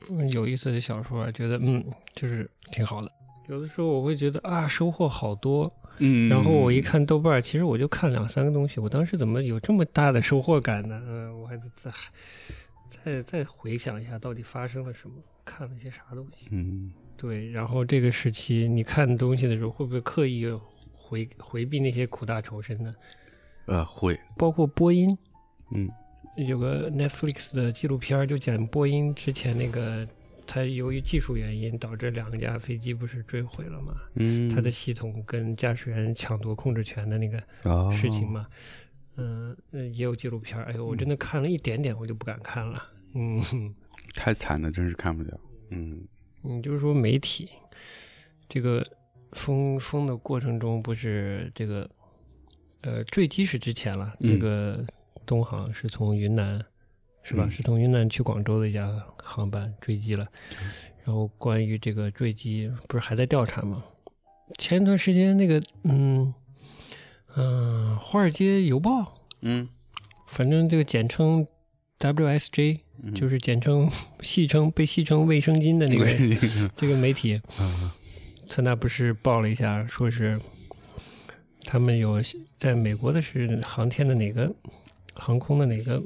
嗯有意思的小说啊，觉得嗯就是挺好的。有的时候我会觉得啊收获好多，嗯，然后我一看豆瓣儿，其实我就看两三个东西，我当时怎么有这么大的收获感呢？嗯，我还得再再再回想一下，到底发生了什么，看了些啥东西。嗯，对，然后这个时期你看东西的时候，会不会刻意回回避那些苦大仇深呢？呃，会，包括播音，嗯有个 Netflix 的纪录片儿就讲播音之前那个，它由于技术原因导致两架飞机不是坠毁了嘛？嗯，它的系统跟驾驶员抢夺控制权的那个哦嗯事情嘛。嗯、呃也有纪录片儿。哎呦，我真的看了一点点，我就不敢看了。嗯， *laughs* 太惨了，真是看不了。嗯你就是说媒体这个封封的过程中，不是这个呃坠机是之前了，嗯这个东航是从云南是吧？嗯是从云南去广州的一架航班坠机了。然后关于这个坠机，不是还在调查吗？前一段时间那个嗯嗯、呃华尔街邮报》嗯，反正这个简称 WSJ，、就是简称 *laughs* 戏称被戏称卫生巾的那个 *laughs* 这个媒体，他那不是报了一下，说是他们有在美国的是航天的哪个航空的哪个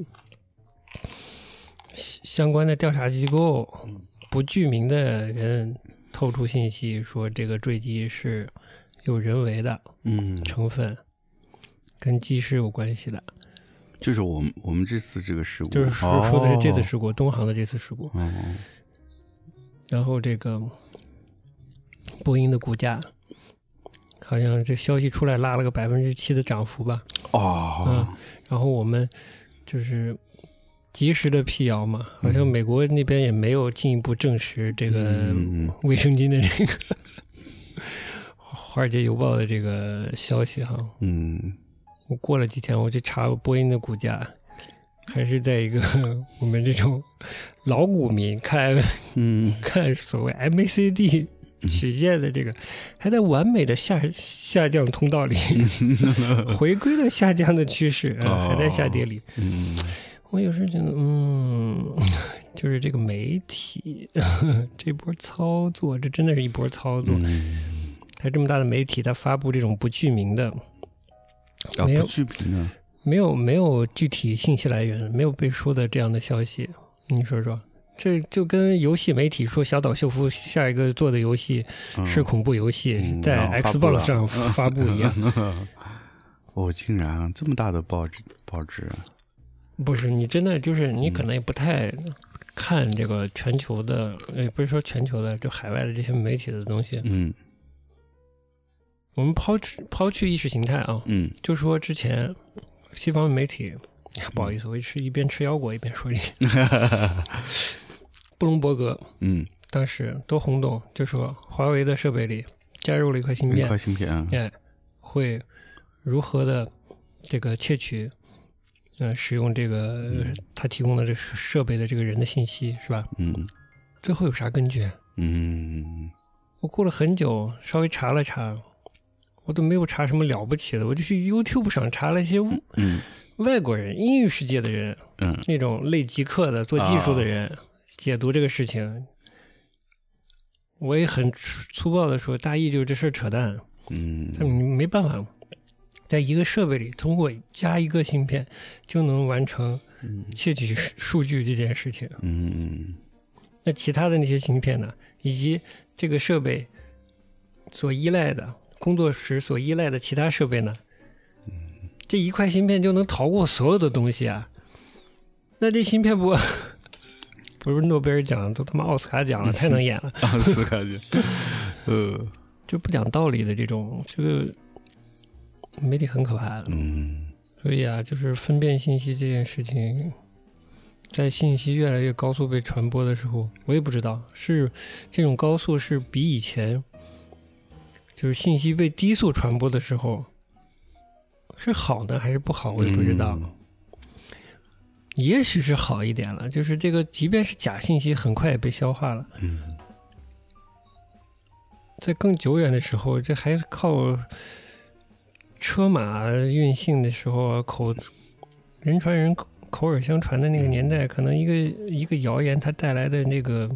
相相关的调查机构，不具名的人透出信息说这个坠机是有人为的 *laughs* 嗯，成分，跟机师有关系的。就是我们我们这次这个事故，就是说说的是这次事故。故，东航的这次事故。哦，然后这个波音的股价，好像这消息出来拉了个百分之七的涨幅吧。哦，然后我们就是及时的辟谣嘛，好像美国那边也没有进一步证实这个嗯嗯卫生巾的这个《华尔街邮报》的这个消息哈。嗯，我过了几天，我去查波音的股价，还是在一个 *laughs* 我们这种老股民看嗯，看所谓 MACD 曲线的这个，还在完美的下下降通道 *laughs* 里，回归了下降的趋势，呃、哦还在下跌里。嗯，我有时候觉得，嗯， *laughs* 就是这个媒体 *laughs* 这波操作，这真的是一波操作。嗯，它这么大的媒体，它发布这种不具名的，啊，没有不具名的，没有没有具体信息来源，没有被说的这样的消息，你说说，这就跟游戏媒体说小岛秀夫下一个做的游戏嗯是恐怖游戏，嗯在然后发布了 Xbox *laughs* 上发布一样，我、哦竟然啊这么大的报纸报纸啊，不是你真的就是你可能也不太看这个全球的，也不是说全球的，就海外的这些媒体的东西。嗯我们抛去抛去意识形态啊，嗯就说之前西方媒体，哎不好意思，我一吃一边吃腰果一边 *laughs* 说这个，布隆伯格。嗯，当时多轰动，就说华为的设备里加入了一块芯一块片，芯片啊，哎，会如何的这个窃取，呃，使用这个、呃他提供的这设设备的这个人的信息是吧？嗯最后有啥根据？啊嗯我过了很久，稍微查了查，我都没有查什么了不起的，我就去 YouTube 上查了一些嗯外国人、英语世界的人嗯那种类极客的、做技术的人、解读这个事情，我也很粗粗暴的说，大意就是这事儿扯淡，嗯但你没办法，在一个设备里通过加一个芯片就能完成嗯窃取数数据这件事情。嗯那其他的那些芯片呢，以及这个设备所依赖的工作时所依赖的其他设备呢，这一块芯片就能逃过所有的东西啊！那这芯片不 *laughs* 不是诺贝尔奖，都他妈奥斯卡奖了，太能演了，啊， *laughs* 是感觉，呃，就不讲道理的这种，这个媒体很可怕的。嗯所以啊，就是分辨信息这件事情，在信息越来越高速被传播的时候，我也不知道是这种高速是比以前就是信息被低速传播的时候是好呢还是不好，我也不知道。嗯也许是好一点了，就是这个，即便是假信息，很快也被消化了。嗯在更久远的时候，这还靠车马运信的时候啊，口人传人口口耳相传的那个年代，可能一个一个谣言它带来的那个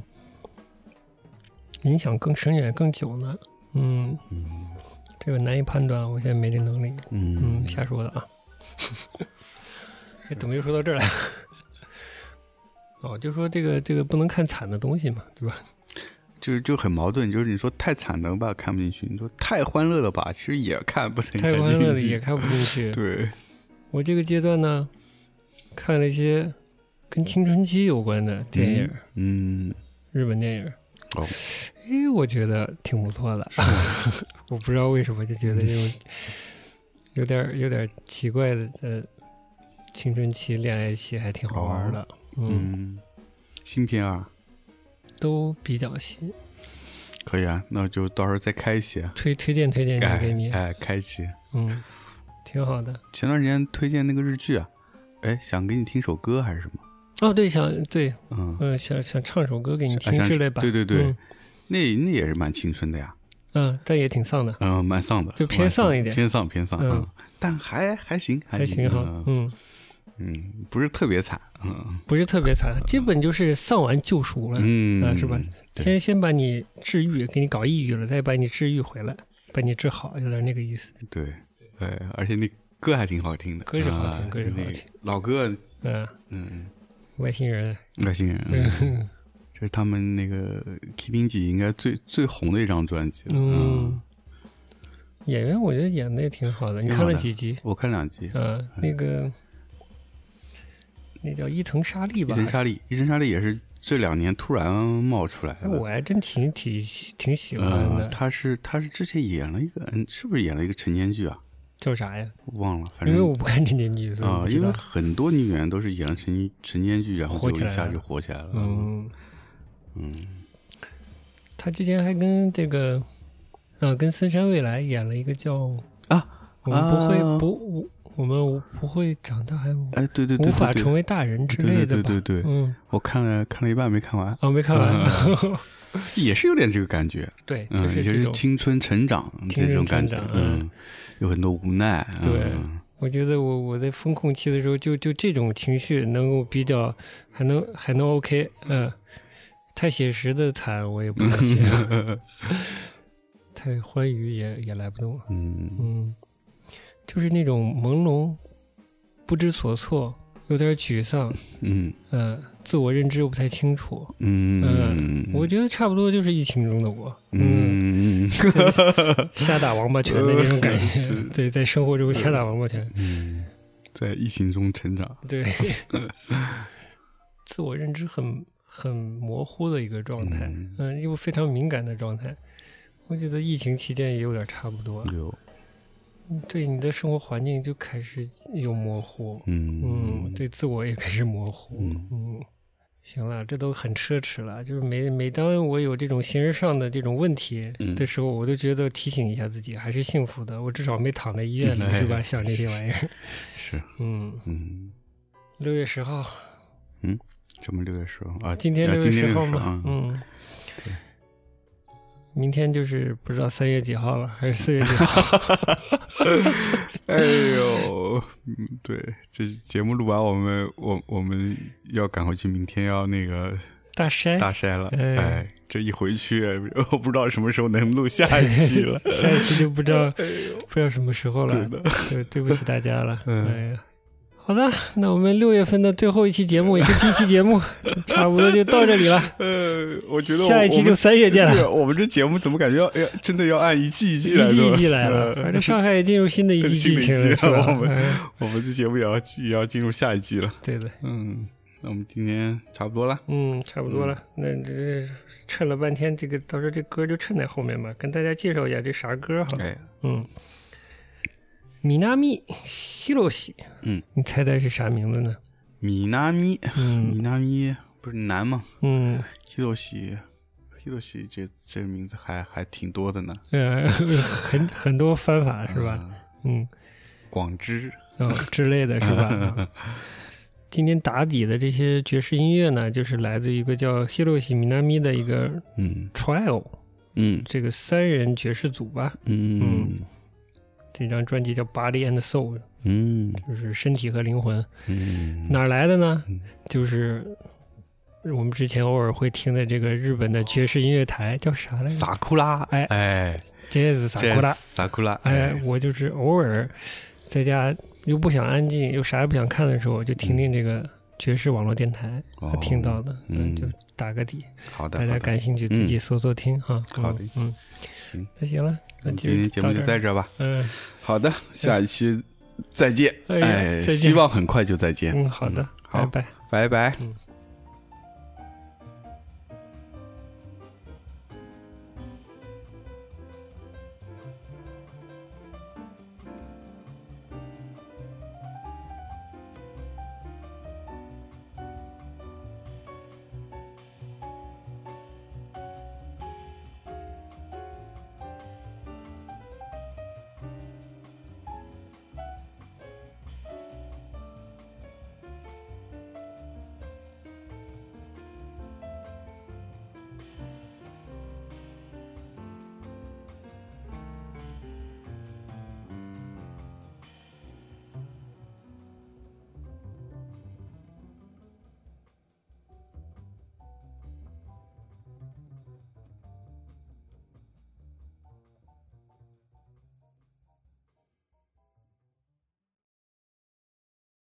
影响更深远、更久呢。嗯，嗯这个难以判断，我现在没这能力。嗯，嗯瞎说的 *laughs* 啊。哎怎么又说到这儿来了？哦，就说这个这个不能看惨的东西嘛，对吧？就是就很矛盾，就是你说太惨了吧看不进去，你说太欢乐了吧其实也看不太太欢乐的也看不进去。 *laughs* 对，我这个阶段呢，看了一些跟青春期有关的电影，嗯日本电影。哦，哎，我觉得挺不错的。 *laughs* 我不知道为什么就觉得这 *laughs* 种有点儿有点儿奇怪的呃青春期、恋爱期还挺好玩的。嗯，嗯，芯片啊，都比较新，可以啊，那就到时候再开一期啊，推推荐推荐一下给哎你。哎，开一期。嗯，挺好的。前段时间推荐那个日剧啊，哎，想给你听首歌还是什么？哦，对，想对，嗯，嗯、想想唱首歌给你听啊想之类吧。对对对嗯那那也是蛮青春的呀，嗯，但也挺丧的，嗯、蛮丧的，就偏丧一点偏丧偏丧，嗯嗯，但还还行，还挺好。嗯嗯。嗯，不是特别惨，嗯不是特别惨，基本就是丧完救赎了，嗯、啊是吧？对先先把你治愈，给你搞抑郁了，再把你治愈回来，把你治好，有点那个意思。对，哎，而且那歌还挺好听的，歌是好听啊歌是好听，那老歌，嗯、嗯，外星人，外星人，嗯 *laughs* 嗯这是他们那个 K 丁几应该最最红的一张专辑了，嗯，演员我觉得演的也挺好的，你挺好看的嗯了几集？呃我看两集，啊，那个那叫伊藤沙莉伊吧？藤沙莉，伊藤沙莉也是这两年突然冒出来哎的。我还真挺挺挺喜欢的，呃，他是他是之前演了一个，嗯，是不是演了一个陈年剧啊？叫啥呀？忘了，反因为正我不看这年剧，所以啊、我不知因为道。很多女演员都是演了陈陈年剧，然后火就起一来下了就火起来了。嗯，嗯他之前还跟这个，啊，跟森山未来演了一个叫《啊，我们不会、啊不我我们不会长大，还无哎，对对对对对，法成为大人》之对类对的对吧？对对，嗯，我看了看了一半没看完，哦，没看完。也是有点这个感觉， *laughs* 对，啊嗯，就也是这是种。青春成长青这春种感觉成，长嗯，有很多无奈，对嗯我觉得我我在风控期的时候就，就这种情绪能够比较，还能还能 OK，嗯，太写实的惨我也不能 *laughs* 写，太欢愉也也来不动，嗯嗯，就是那种朦胧、不知所措，有点沮丧，嗯嗯，自我认知又不太清楚，嗯，呃我觉得差不多就是疫情中的我，嗯， *laughs* 嗯嗯瞎打王八拳的那种感觉 *laughs* 是， *laughs* 对，在生活中瞎打王八拳，嗯，在疫情中成长，对， *laughs* 自我认知很很模糊的一个状态，嗯嗯、又非常敏感的状态。我觉得疫情期间也有点差不多，有对你的生活环境就开始有模糊，嗯嗯，对自我也开始模糊，嗯嗯。行了，这都很奢侈了。就是每每当我有这种形式上的这种问题嗯的时候，我都觉得提醒一下自己，还是幸福的。我至少没躺在医院里，哎是吧？ *laughs* 想这些玩意儿。是 *laughs* 嗯，嗯。六月十号，什么六月十号啊？今天啊六今月天十六号月嘛，嗯，嗯，明天就是不知道三月几号了，还是四月几 *laughs* 号？哎呦，嗯，对，这节目录完，我们我我们要赶回去，明天要那个大山，大筛了。哎。哎，这一回去，我不知道什么时候能录下一期了 *laughs* 哎下一期就不 *laughs* 知道不知道什么时候对了，的， *laughs* 对，对不起大家了。 *laughs* 嗯哎呀，好的，那我们六月份的最后一期节目，也是第一期节 *laughs* 目，差不多就到这里了。呃，我觉得我下一期就三月见我们了，对，我们这节目怎么感觉要哎呀，真的要按一季一季来 *laughs* 一季做一季来了，呃反正上海也进入新的一季 *laughs* 新剧的情一季了，是吧我？们哎 *laughs* 我们这节目也要也要进入下一季了。对的。嗯，那我们今天差不多了。嗯，差不多了。那这趁了半天，这个到时候这歌就趁在后面吧，跟大家介绍一下这啥歌哈。哎，嗯，米纳米 Hiroshi，嗯，你猜猜是啥名字呢？米纳咪，米嗯纳咪不是男吗？嗯， Hiroshi Hiroshi 这这名字还还挺多的呢，呃，很很多翻法是吧？嗯嗯，广之，嗯之类的是吧？啊 *laughs* 今天打底的这些爵士音乐呢，就是来自一个叫 Hiroshi Minami 的一个嗯 Trial 嗯这个三人爵士组吧。嗯这张专辑叫 Body and Soul，嗯就是身体和灵魂。嗯哪儿来的呢嗯？就是我们之前偶尔会听的这个日本的爵士音乐台叫啥来着萨库拉，哎哎， ？Jazz 萨库拉。萨库拉，哎，，我就是偶尔在家又不想安静，又啥也不想看的时候，我就听听这个爵士网络电台，哦听到的，嗯就打个底，好的，大家好的感兴趣自己搜搜听哈。嗯好的，嗯，行，那行了，那那么今天节目就在这儿吧。嗯好的，下一期再见，哎呀哎，再见希望很快就再见，嗯好的，好拜拜。拜拜。嗯